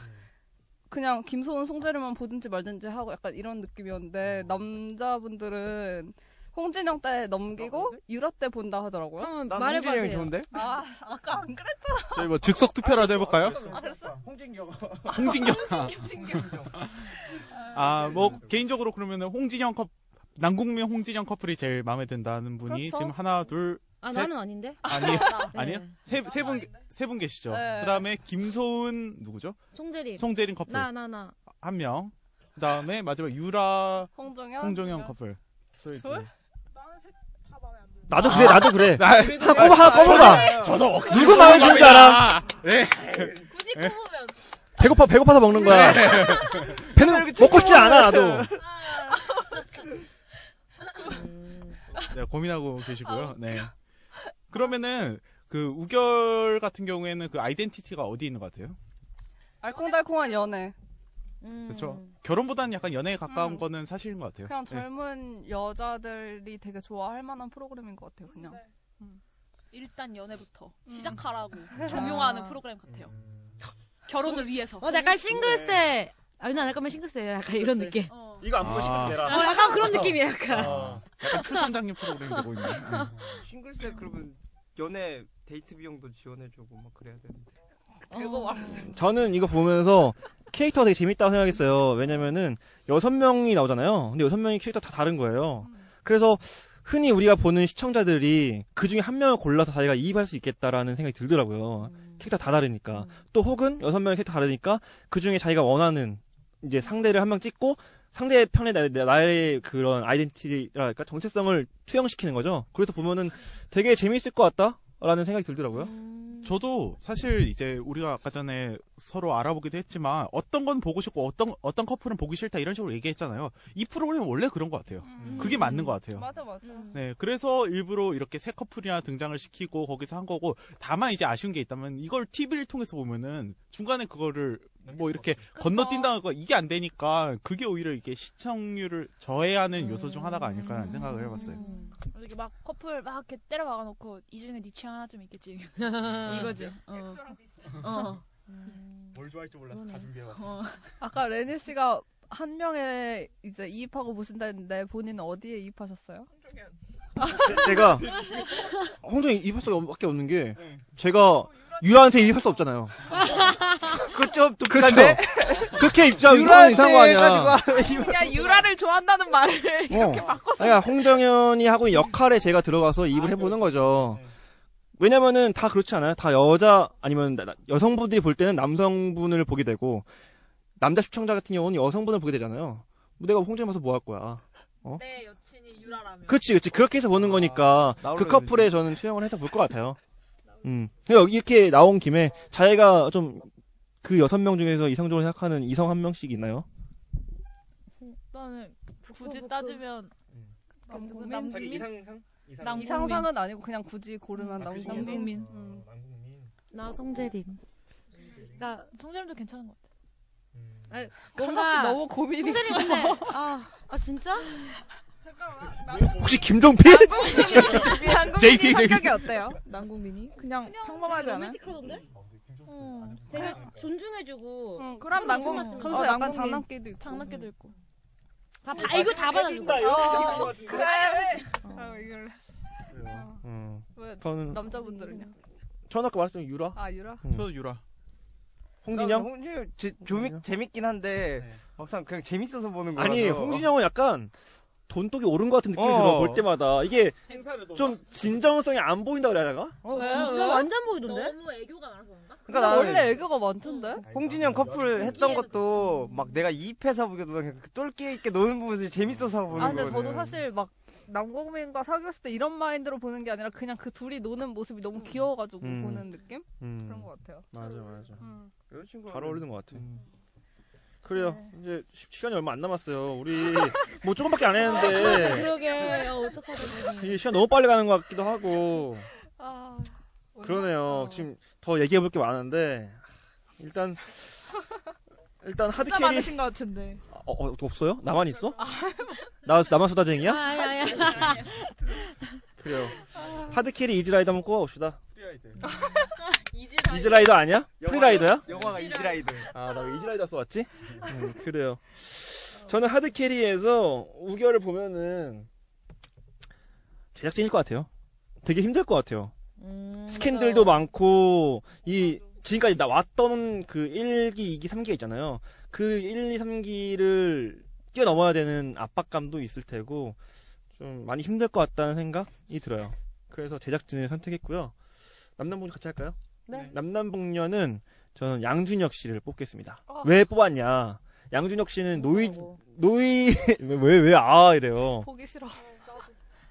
[SPEAKER 6] 그냥 김소은 송재료만 보든지 말든지 하고 약간 이런 느낌이었는데 남자분들은 홍진영 때 넘기고 유라 때 본다 하더라고요.
[SPEAKER 18] 나는 말해봐, 홍진영이 제가. 좋은데?
[SPEAKER 6] 아 아까 안 그랬잖아.
[SPEAKER 5] 저희 뭐 즉석 투표라도 해볼까요?
[SPEAKER 18] 홍진경.
[SPEAKER 5] 홍진경.
[SPEAKER 18] 홍진경.
[SPEAKER 5] 아 뭐 개인적으로 그러면 홍진영 커 남궁민 홍진영 커플이 제일 마음에 든다는 분이
[SPEAKER 4] 그렇죠.
[SPEAKER 5] 지금 하나 둘
[SPEAKER 4] 아,
[SPEAKER 5] 셋.
[SPEAKER 4] 나는 아닌데?
[SPEAKER 5] 아니
[SPEAKER 4] 나. 네.
[SPEAKER 5] 아니요 세세 분 세 분 계시죠.
[SPEAKER 4] 네.
[SPEAKER 5] 그다음에 김소은 누구죠?
[SPEAKER 6] 네.
[SPEAKER 4] 송재림.
[SPEAKER 5] 송재림 커플
[SPEAKER 4] 나, 나, 나.
[SPEAKER 5] 한 명. 그다음에 마지막 유라
[SPEAKER 6] 홍정현?
[SPEAKER 5] 홍정현 네. 커플.
[SPEAKER 6] 둘?
[SPEAKER 3] 나도 그래,
[SPEAKER 8] 아.
[SPEAKER 3] 나도 그래.
[SPEAKER 5] 나-
[SPEAKER 3] 하나 꼽아, 하나 꼽아봐.
[SPEAKER 5] 저도 억지로
[SPEAKER 3] 누구 마음에 드는지 알아?
[SPEAKER 5] 꼽아갑니다. 네.
[SPEAKER 3] 굳이 꼽으면. 배고파, 배고파서 먹는 거야.
[SPEAKER 5] 네.
[SPEAKER 3] 배는 먹고 싶지 않아, 나도.
[SPEAKER 5] 네, 고민하고 계시고요. 네. 그러면은 그 우결 같은 경우에는 그 아이덴티티가 어디 있는 것 같아요?
[SPEAKER 6] 알콩달콩한 연애.
[SPEAKER 5] 그렇죠. 결혼보다는 약간 연애에 가까운 거는 사실인 것 같아요.
[SPEAKER 6] 그냥
[SPEAKER 5] 네.
[SPEAKER 6] 젊은 여자들이 되게 좋아할 만한 프로그램인 것 같아요. 그냥.
[SPEAKER 9] 네.
[SPEAKER 6] 음.
[SPEAKER 9] 일단 연애부터 시작하라고 종용하는 프로그램 같아요. 결혼을 위해서.
[SPEAKER 4] 어, 약간 싱글세. 아, 나 약간 싱글세. 약간 이런 느낌.
[SPEAKER 3] 이거 안
[SPEAKER 5] 보고 싶어서
[SPEAKER 4] 어, 약간 그런 느낌이야, 약간.
[SPEAKER 5] 약간 출산장님 프로그램이 되고 음. 있네.
[SPEAKER 8] 싱글세 그러면 연애 데이트 비용도 지원해주고 막 그래야 되는데.
[SPEAKER 6] 그거 말하세요.
[SPEAKER 3] 저는 이거 보면서 캐릭터가 되게 재밌다고 생각했어요. 왜냐면은 여섯 명이 나오잖아요. 근데 여섯 명이 캐릭터 다 다른 거예요. 그래서 흔히 우리가 보는 시청자들이 그 중에 한 명을 골라서 자기가 이입할 수 있겠다라는 생각이 들더라고요. 캐릭터 다 다르니까. 또 혹은 여섯 명의 캐릭터 다르니까 그 중에 자기가 원하는 이제 상대를 한 명 찍고 상대 편에 나의, 나의 그런 아이덴티티랄까 정체성을 투영시키는 거죠. 그래서 보면은 되게 재미있을 것 같다라는 생각이 들더라고요.
[SPEAKER 9] 음.
[SPEAKER 5] 저도 사실 이제 우리가 아까 전에 서로 알아보기도 했지만 어떤 건 보고 싶고 어떤 어떤 커플은 보기 싫다 이런 식으로 얘기했잖아요. 이 프로그램 원래 그런 것 같아요. 그게 음. 맞는 것 같아요.
[SPEAKER 6] 음. 맞아 맞아.
[SPEAKER 9] 음.
[SPEAKER 5] 네, 그래서 일부러 이렇게 새 커플이나 등장을 시키고 거기서 한 거고 다만 이제 아쉬운 게 있다면 이걸 TV를 통해서 보면은 중간에 그거를 뭐 이렇게 건너뛴다거나 이게 안 되니까 그게 오히려 이게 시청률을 저해하는 요소 중 하나가 아닐까라는 생각을
[SPEAKER 6] 음.
[SPEAKER 5] 해봤어요.
[SPEAKER 9] 음. 이렇게 막 커플 막 이렇게 때려 박아놓고 이 중에 네 취향 하나 좀 있겠지. 음. 어.
[SPEAKER 4] 이거지.
[SPEAKER 6] 음.
[SPEAKER 9] 엑소랑 비슷해.
[SPEAKER 7] 뭘 좋아할지 몰라서 다
[SPEAKER 9] 어.
[SPEAKER 7] 준비해봤어.
[SPEAKER 6] 아까 레니 씨가 한 명에 이제 이입하고 보신다 했는데 본인은 어디에 이입하셨어요?
[SPEAKER 3] 제가 홍정이 입할 수밖에 없는 게 제가 유라한테 입할 수 없잖아요. 그좀
[SPEAKER 20] 그렇죠.
[SPEAKER 3] 독특한데 그렇게 입장 이건 이상한 거 아니야.
[SPEAKER 20] 그냥 유라를 좋아한다는 말을 이렇게 바꿨어.
[SPEAKER 3] 그러니까 홍정현이 하고 있는 역할에 제가 들어가서
[SPEAKER 20] 아,
[SPEAKER 3] 입을
[SPEAKER 20] 그렇죠.
[SPEAKER 3] 해보는 거죠.
[SPEAKER 20] 네.
[SPEAKER 3] 왜냐면은 다 그렇지 않아요. 다 여자 아니면 나- 나- 여성분들이 볼 때는 남성분을 보게 되고 남자 시청자 같은 경우는 여성분을 보게 되잖아요. 뭐 내가 홍정현 봐서 뭐 할 거야? 어?
[SPEAKER 9] 내 여친이 유라라면.
[SPEAKER 3] 그치, 그치. 그렇게 해서 보는 거니까 그 커플에 저는 투영을 해서 볼 것 같아요. 음. 근데 여기 이렇게 나온 김에 자기가 좀 그 여섯 명 중에서 이성적으로 생각하는 이성 한 명씩 있나요?
[SPEAKER 9] 나는 굳이 따지면
[SPEAKER 4] 음.
[SPEAKER 6] 남궁민?
[SPEAKER 9] 남궁민? 남궁민.
[SPEAKER 6] 이상상은 아니고 그냥 굳이 고르면
[SPEAKER 9] 아, 그 중에서?
[SPEAKER 6] 남궁민.
[SPEAKER 4] 어, 나 송재림. 그러니까
[SPEAKER 9] 송재림도 괜찮은 것 같아.
[SPEAKER 4] 아,
[SPEAKER 6] 칼라 씨 너무 고민이
[SPEAKER 4] 송재림
[SPEAKER 6] 있어.
[SPEAKER 4] 근데 아, 아 진짜?
[SPEAKER 3] 뭐, 혹시 김종필?
[SPEAKER 20] 남궁민이 성격이 어때요? 남궁민이 그냥 평범하지 않아요?
[SPEAKER 4] 로맨틱하던데? 되게 존중해주고.
[SPEAKER 6] 음,
[SPEAKER 20] 그럼 남궁
[SPEAKER 4] 그러면서
[SPEAKER 20] 어,
[SPEAKER 4] 약간
[SPEAKER 20] 남궁민.
[SPEAKER 4] 장난기도 있고.
[SPEAKER 9] 장난기도 있고.
[SPEAKER 4] 다, 봐- 아, 이거 다 받아주고.
[SPEAKER 6] 어, 음. 그래.
[SPEAKER 4] 어.
[SPEAKER 20] 아, 이걸.
[SPEAKER 3] 음.
[SPEAKER 6] 왜
[SPEAKER 3] 저는
[SPEAKER 6] 남자분들은요?
[SPEAKER 3] 저는 아까 말했던 유라.
[SPEAKER 6] 아 유라.
[SPEAKER 5] 저도 유라.
[SPEAKER 8] 홍진영? 홍진영 제, 재밌, 재밌긴 한데 막상 그냥 재밌어서 보는 거라서.
[SPEAKER 3] 아니 홍진영은 약간 돈독이 오른 것 같은 느낌이
[SPEAKER 8] 어.
[SPEAKER 3] 들어 볼 때마다 이게
[SPEAKER 8] 행사를 너무
[SPEAKER 3] 좀 진정성이 안 보인다 그래야 되나?
[SPEAKER 6] 어,
[SPEAKER 4] 진짜 완전 보이던데?
[SPEAKER 9] 너무 애교가 많아서 그런가?
[SPEAKER 8] 그러니까 나는
[SPEAKER 6] 그러니까 원래 애교가 많던데?
[SPEAKER 8] 홍진영 커플 했던 것도 막 내가 이입해서 보기보다는 그 똘끼 있게 노는 부분이 재밌어서 보는
[SPEAKER 6] 아 근데
[SPEAKER 8] 거거든.
[SPEAKER 6] 저도 사실 막 남궁민과 사귀고 싶다 이런 마인드로 보는 게 아니라 그냥 그 둘이 노는 모습이 너무 귀여워가지고
[SPEAKER 3] 음.
[SPEAKER 6] 보는 느낌
[SPEAKER 3] 음.
[SPEAKER 6] 그런 것 같아요.
[SPEAKER 3] 맞아 맞아.
[SPEAKER 8] 여자친구
[SPEAKER 3] 잘 어울리는 것 같아. 그래요.
[SPEAKER 4] 네.
[SPEAKER 3] 이제 시- 시간이 얼마 안 남았어요. 우리 뭐 조금밖에 안 했는데
[SPEAKER 32] 그러게 어, 어떡하지
[SPEAKER 3] 이 시간 너무 빨리 가는 것 같기도 하고
[SPEAKER 32] 아,
[SPEAKER 3] 그러네요. 지금 더 얘기해 볼 게 많은데 일단 일단 하드
[SPEAKER 4] 숫자
[SPEAKER 3] 캐리-
[SPEAKER 4] 많으신 것 같은데.
[SPEAKER 3] 어, 어, 없어요? 나만 있어? 나 나만 수다쟁이야?
[SPEAKER 4] 아니, 아니,
[SPEAKER 3] 그래요. 하드 캐리 이즈라이더 한번 꼽아봅시다.
[SPEAKER 33] 이즈라이더.
[SPEAKER 3] 이즈라이더 아니야? 프리라이더야?
[SPEAKER 8] 영화가 이즈라이더.
[SPEAKER 3] 아, 나 왜 이즈라이더 써왔지? 음, 그래요. 저는 하드 캐리에서 우결을 보면은 제작진일 것 같아요. 되게 힘들 것 같아요.
[SPEAKER 32] 음,
[SPEAKER 6] 음,
[SPEAKER 3] 스캔들도 많고 이 지금까지 나왔던 그 1기, 2기, 3기가 있잖아요. 그 1, 2, 3기를 뛰어넘어야 되는 압박감도 있을 테고 좀 많이 힘들 것 같다는 생각이 들어요. 그래서 제작진을 선택했고요. 남남북녀 같이 할까요?
[SPEAKER 33] 네.
[SPEAKER 3] 남남북녀는 저는 양준혁 씨를 뽑겠습니다.
[SPEAKER 6] 아.
[SPEAKER 3] 왜 뽑았냐? 양준혁 씨는
[SPEAKER 6] 뭐,
[SPEAKER 3] 노이 노이 왜 왜 아 이래요.
[SPEAKER 6] 보기 싫어.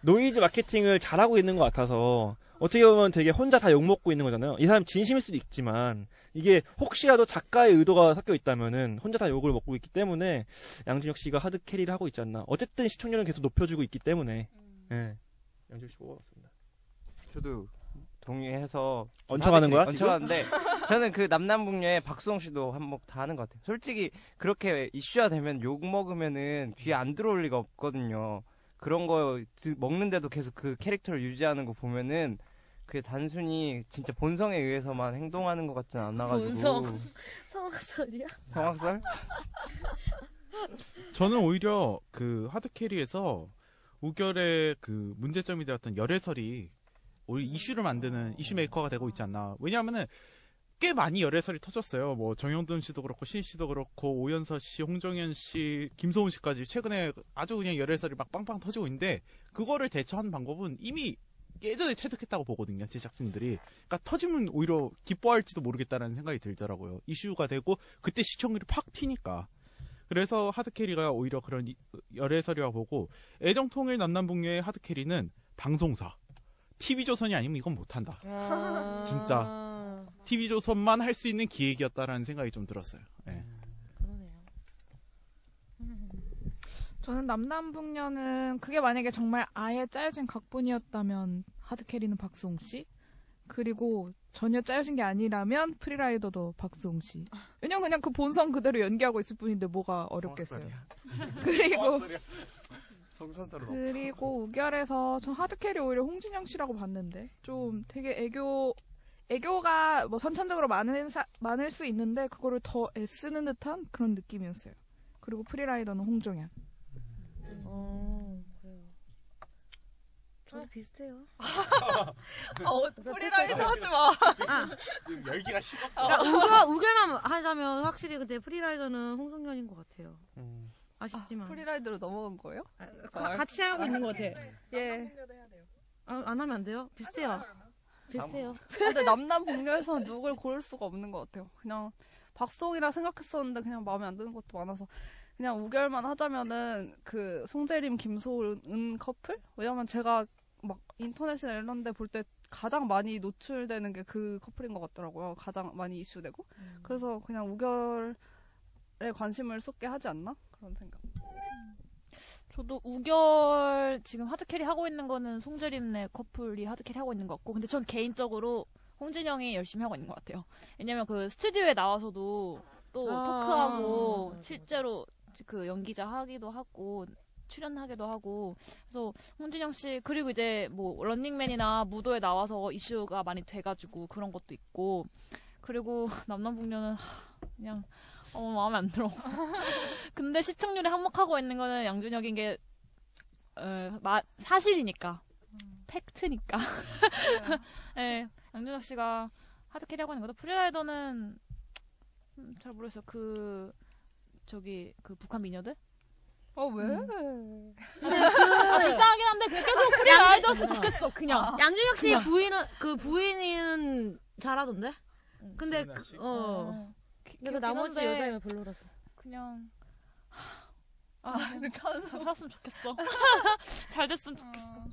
[SPEAKER 3] 노이즈 마케팅을 잘하고 있는 것 같아서 어떻게 보면 되게 혼자 다 욕먹고 있는 거잖아요. 이 사람 진심일 수도 있지만 이게 혹시라도 작가의 의도가 섞여 있다면은 혼자 다 욕을 먹고 있기 때문에 양준혁 씨가 하드 캐리를 하고 있지 않나. 어쨌든 시청률은 계속 높여주고 있기 때문에 예. 양준혁 씨 뽑아봤습니다.
[SPEAKER 8] 저도 동의해서
[SPEAKER 3] 얹혀가는 거야, 지금?
[SPEAKER 8] 얹혀가는데 저는 그 남남북녀의 박수홍 씨도 한몫 다 하는 것 같아요. 솔직히 그렇게 이슈화 되면 욕 먹으면은 귀에 안 들어올 리가 없거든요. 그런 거 드- 먹는데도 계속 그 캐릭터를 유지하는 거 보면은 그게 단순히 진짜 본성에 의해서만 행동하는 것 같진 않아가지고
[SPEAKER 33] 본성. 성악설이야?
[SPEAKER 8] 성악설?
[SPEAKER 5] 저는 오히려 그 하드 캐리에서 우결의 그 문제점이 되었던 열애설이 오히려 이슈를 만드는 이슈 메이커가 되고 있지 않나. 왜냐하면은 꽤 많이 열애설이 터졌어요. 뭐 정영돈 씨도 그렇고 신 씨도 그렇고 오연서 씨, 홍정현 씨, 김소은 씨까지 최근에 아주 그냥 열애설이 막 빵빵 터지고 있는데 그거를 대처하는 방법은 이미 예전에 체득했다고 보거든요 제작진들이 그러니까 터지면 오히려 기뻐할지도 모르겠다는 생각이 들더라고요 이슈가 되고 그때 시청률이 팍 튀니까 그래서 하드캐리가 오히려 그런 이- 열애설이라 보고 애정통일 남남북녀의 하드캐리는 방송사 TV조선이 아니면 이건 못한다
[SPEAKER 33] 아.
[SPEAKER 5] 진짜 TV조선만 할 수 있는 기획이었다라는 생각이 좀 들었어요 예.
[SPEAKER 4] 저는 남남북녀는 그게 만약에 정말 아예 짜여진 각본이었다면 하드캐리는 박수홍 씨 그리고 전혀 짜여진 게 아니라면 프리라이더도 박수홍 씨. 왜냐면 그냥 그 본성 그대로 연기하고 있을 뿐인데 뭐가 어렵겠어요. 그리고
[SPEAKER 8] 성선타로
[SPEAKER 4] 그리고 우결에서 전 하드캐리 오히려 홍진영 씨라고 봤는데 좀 되게 애교 애교가 뭐 선천적으로 많은 사- 많을 수 있는데 그거를 더 애쓰는 듯한 그런 느낌이었어요. 그리고 프리라이더는 홍종현.
[SPEAKER 33] 어, 그래요.
[SPEAKER 6] 아.
[SPEAKER 33] 저도 비슷해요.
[SPEAKER 4] 어,
[SPEAKER 33] 프리라이더 하지
[SPEAKER 4] 마.
[SPEAKER 32] 아. 그러니까
[SPEAKER 5] 열기가 식었어.
[SPEAKER 32] 우결, 우결만 하자면 확실히 근데 프리라이더는 홍성년인 것 같아요.
[SPEAKER 5] 음.
[SPEAKER 32] 아쉽지만. 아,
[SPEAKER 6] 프리라이더로 넘어간 거예요?
[SPEAKER 32] 가- 같이 하고 있는 것 같아.
[SPEAKER 6] 예.
[SPEAKER 32] 아, 안 하면 안 돼요? 비슷해요. 비슷해요.
[SPEAKER 6] 근데 남남 공녀에서 누굴 고를 수가 없는 것 같아요. 그냥 박성이라 생각했었는데 그냥 마음에 안 드는 것도 많아서 그냥 우결만 하자면은 그 송재림 김소은 커플? 왜냐면 제가 막 인터넷이나 이런 데 볼 때 가장 많이 노출되는 게 그 커플인 것 같더라고요. 가장 많이 이슈되고. 그래서 그냥 우결에 관심을 쏟게 하지 않나? 그런 생각.
[SPEAKER 34] 저도 우결 지금 하드캐리 하고 있는 거는 송재림네 커플이 하드캐리 하고 있는 것 같고 근데 전 개인적으로 홍진영이 열심히 하고 있는 것 같아요. 왜냐면 그 스튜디오에 나와서도 또
[SPEAKER 32] 아.
[SPEAKER 34] 토크하고 실제로 그 연기자 하기도 하고 출연하기도 하고 그래서 홍진영 씨 그리고 이제 뭐 런닝맨이나 무도에 나와서 이슈가 많이 돼가지고 그런 것도 있고 그리고 남남북녀는 하, 그냥 어 마음에 안 들어. 근데 시청률에 한몫하고 있는 거는 양준혁인 게 어, 마- 사실이니까 팩트니까. 네, 양준혁 씨가 하드캐리 하고 있는 것도 프리라이더는 음, 잘 모르겠어. 그 저기 그 북한 미녀들?
[SPEAKER 6] 어 왜?
[SPEAKER 32] 네.
[SPEAKER 34] 아, 불쌍하긴 한데 그 계속 프리라이더였으면 좋겠어 그냥.
[SPEAKER 32] 아, 양준혁 씨
[SPEAKER 34] 그냥.
[SPEAKER 32] 부인은 그 부인은 잘하던데. 근데 그, 어.
[SPEAKER 34] 기-
[SPEAKER 32] 근데 그
[SPEAKER 34] 귀엽긴
[SPEAKER 32] 나머지
[SPEAKER 34] 한데
[SPEAKER 32] 여자애가 별로라서.
[SPEAKER 34] 그냥 하,
[SPEAKER 35] 아, 잘 살았으면 좋겠어. 잘 됐으면 좋겠어.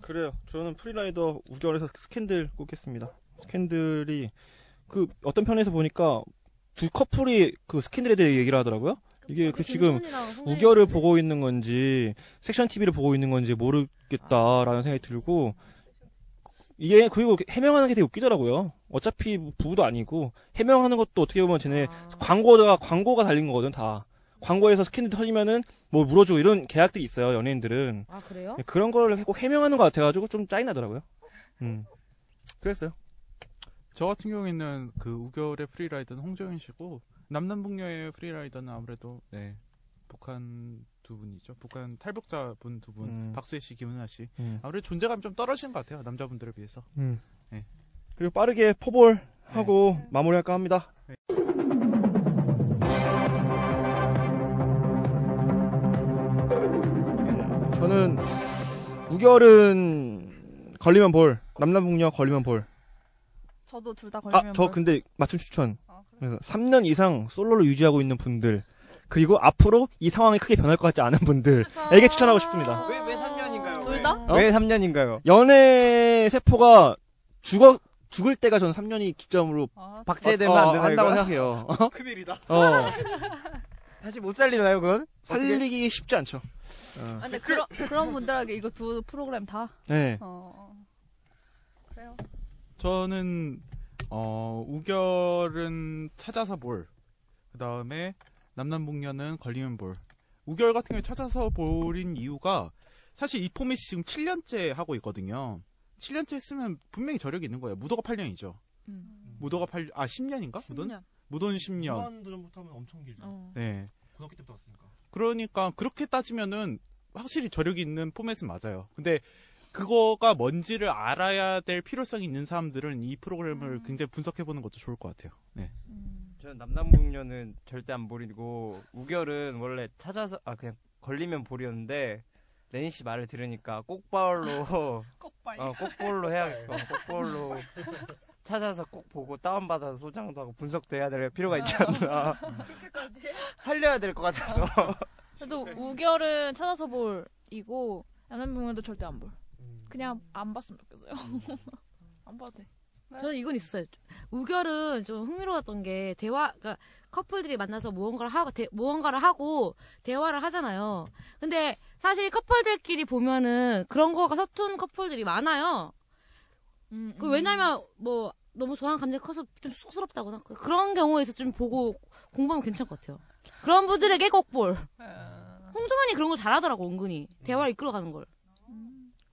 [SPEAKER 3] 그래요. 저는 프리라이더 우결에서 스캔들 꼽겠습니다. 스캔들이 그 어떤 편에서 보니까 두 커플이 그 스캔들에 대해 얘기를 하더라고요. 이게 그 지금 우결을 보고 있는 건지 섹션 TV를 보고 있는 건지 모르겠다라는 생각이 들고 이게 그리고 해명하는 게 되게 웃기더라고요. 어차피 부부도 아니고 해명하는 것도 어떻게 보면 쟤네 광고가 광고가 달린 거거든 다. 광고에서 스캔들 터지면은 뭐 물어주고 이런 계약들이 있어요 연예인들은.
[SPEAKER 6] 아, 그래요?
[SPEAKER 3] 네, 그런 거를 꼭 해명하는 것 같아가지고 좀 짜증 나더라고요. 음. 그랬어요.
[SPEAKER 5] 저 같은 경우에는 그 우결의 프리라이더는 홍정현 씨고 남남북녀의 프리라이더는 아무래도 네 북한 두 분이죠. 북한 탈북자 분 두 분,
[SPEAKER 3] 음.
[SPEAKER 5] 박수혜 씨, 김은아 씨.
[SPEAKER 3] 음.
[SPEAKER 5] 아무래도 존재감이 좀 떨어지는 것 같아요. 남자분들에 비해서.
[SPEAKER 3] 음.
[SPEAKER 5] 네.
[SPEAKER 3] 그리고 빠르게 포볼
[SPEAKER 36] 네.
[SPEAKER 3] 하고 마무리할까 합니다. 저는 우결은 걸리면 볼, 남남북녀 걸리면 볼.
[SPEAKER 36] 저도 둘 다 걸리면 아,
[SPEAKER 3] 아, 저 근데 맞춤 추천. 그래서 3년 이상 솔로로 유지하고 있는 분들, 그리고 앞으로 이 상황이 크게 변할 것 같지 않은 분들에게 추천하고 싶습니다.
[SPEAKER 6] 아.
[SPEAKER 8] 왜, 왜 3년인가요? 둘
[SPEAKER 36] 다?
[SPEAKER 8] 왜 3년인가요?
[SPEAKER 3] 연애 세포가 죽어 죽을 때가 저는 3년이 기점으로
[SPEAKER 6] 아,
[SPEAKER 8] 박제되면
[SPEAKER 3] 어, 어,
[SPEAKER 8] 안 된다
[SPEAKER 3] 한다고
[SPEAKER 8] 이거야?
[SPEAKER 3] 생각해요.
[SPEAKER 8] 큰일이다.
[SPEAKER 3] 어.
[SPEAKER 8] 다시 못 살리나요, 그건?
[SPEAKER 3] 살리기 쉽지 않죠. 어.
[SPEAKER 36] 아, 근데 그런 그런 분들에게 이거 두 프로그램 다.
[SPEAKER 3] 네.
[SPEAKER 36] 어. 그래요.
[SPEAKER 5] 저는 어 우결은 찾아서 볼. 그 다음에 남남북녀는 걸리면 볼. 우결 같은 경우 에 찾아서 볼인 이유가 사실 이 포맷이 지금 7년째 하고 있거든요. 7년째 했으면 분명히 저력이 있는 거예요. 무도가 8년이죠. 무도가 8, 아 10년인가? 무도는? 무도는
[SPEAKER 8] 네.
[SPEAKER 5] 10년.
[SPEAKER 3] 도 전부터면 엄청 길죠.
[SPEAKER 8] 어.
[SPEAKER 5] 네.
[SPEAKER 3] 고등학교 때부터 왔으니까.
[SPEAKER 5] 그러니까 그렇게 따지면은 확실히 저력이 있는 포맷은 맞아요. 근데 그거가 뭔지를 알아야 될 필요성이 있는 사람들은 이 프로그램을 굉장히 분석해 보는 것도 좋을 것 같아요. 네.
[SPEAKER 8] 저는 남남북녀는 절대 안 보리고 우결은 원래 찾아서 아 그냥 걸리면 보리였는데 레니 씨 말을 들으니까 꼭발로
[SPEAKER 37] 꼭발.
[SPEAKER 8] 어, 꼭볼로 해야겠고 꼭볼로 찾아서 꼭 보고 다운받아서 소장도 하고 분석도 해야 될 필요가 있지 않나 살려야 될 것 같아서
[SPEAKER 35] 그래도 우결은 찾아서 볼이고 남남북녀도 절대 안 볼.
[SPEAKER 3] 음.
[SPEAKER 35] 그냥 안 봤으면 좋겠어요. 안 봐도 돼.
[SPEAKER 6] 저는 이건 있었어요. 우결은 좀 흥미로웠던 게 대화, 그러니까 커플들이 만나서 무언가를 하고 대, 무언가를 하고 대화를 하잖아요. 근데 사실 커플들끼리 보면은 그런 거가 서툰 커플들이 많아요.
[SPEAKER 4] 음,
[SPEAKER 6] 그 왜냐면 뭐 너무 좋아하는 감정이 커서 좀 쑥스럽다거나 그- 그런 경우에서 좀 보고 공부하면 괜찮을 것 같아요. 그런 분들에게 꼭 볼.
[SPEAKER 36] 아.
[SPEAKER 6] 홍정환이 그런 걸 잘하더라고 은근히 대화를 이끌어가는 걸.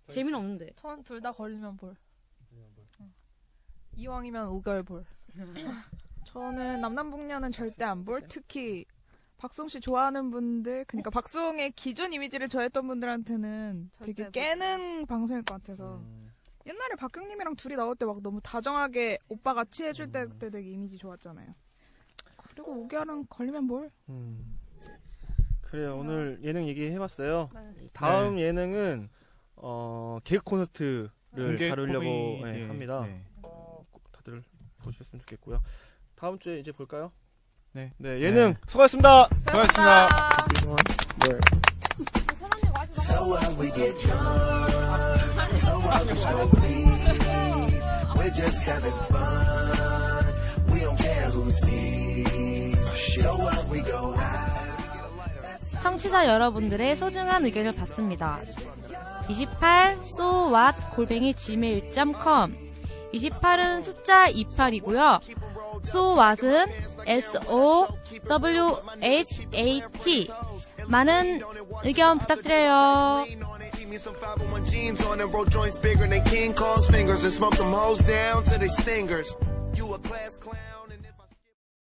[SPEAKER 6] 재미는 없는데.
[SPEAKER 36] 전 둘 다 걸리면 볼. 응. 이왕이면 우결 볼.
[SPEAKER 4] 저는 남남북녀는 절대 안 볼. 특히 박송 씨 좋아하는 분들, 그러니까 박송의 기존 이미지를 좋아했던 분들한테는 되게 깨는 방송일 것
[SPEAKER 8] 그렇죠.
[SPEAKER 4] 같아서.
[SPEAKER 3] 음.
[SPEAKER 8] 음.
[SPEAKER 4] 옛날에 박경님이랑 둘이 나올 때 막 너무 다정하게 오빠 같이
[SPEAKER 3] 음.
[SPEAKER 4] 해줄 때 그때 되게 이미지 좋았잖아요. 그리고 우결은 걸리면 뭘?
[SPEAKER 3] 음. 그래요. 오늘 예능 얘기 해봤어요. 다음
[SPEAKER 5] 네.
[SPEAKER 3] 예능은 어 개그 콘서트를
[SPEAKER 5] 공개
[SPEAKER 3] 다루려고
[SPEAKER 5] 코미-
[SPEAKER 3] 예,
[SPEAKER 5] 예,
[SPEAKER 3] 합니다.
[SPEAKER 5] 예.
[SPEAKER 3] 어, 꼭 다들 보셨으면 좋겠고요. 다음 주에 이제 볼까요?
[SPEAKER 5] 네.
[SPEAKER 3] 네 예능 수고하셨습니다.
[SPEAKER 5] 수고하셨습니다.
[SPEAKER 37] So what we get drunk, so what we smoke weed. We're just having fun. We don't care who sees. So what we go out.
[SPEAKER 6] 청취자 여러분들의 소중한 의견을 받습니다. 28 so what 골뱅이 gmail.com 28은 숫자 28이고요. so what은 s o w h a t 많은 의견 부탁드려요.
[SPEAKER 1] Give me some 501 jeans on and roll joints bigger than King Kong's fingers and smoke them hoes down to they stingers. You a class clown.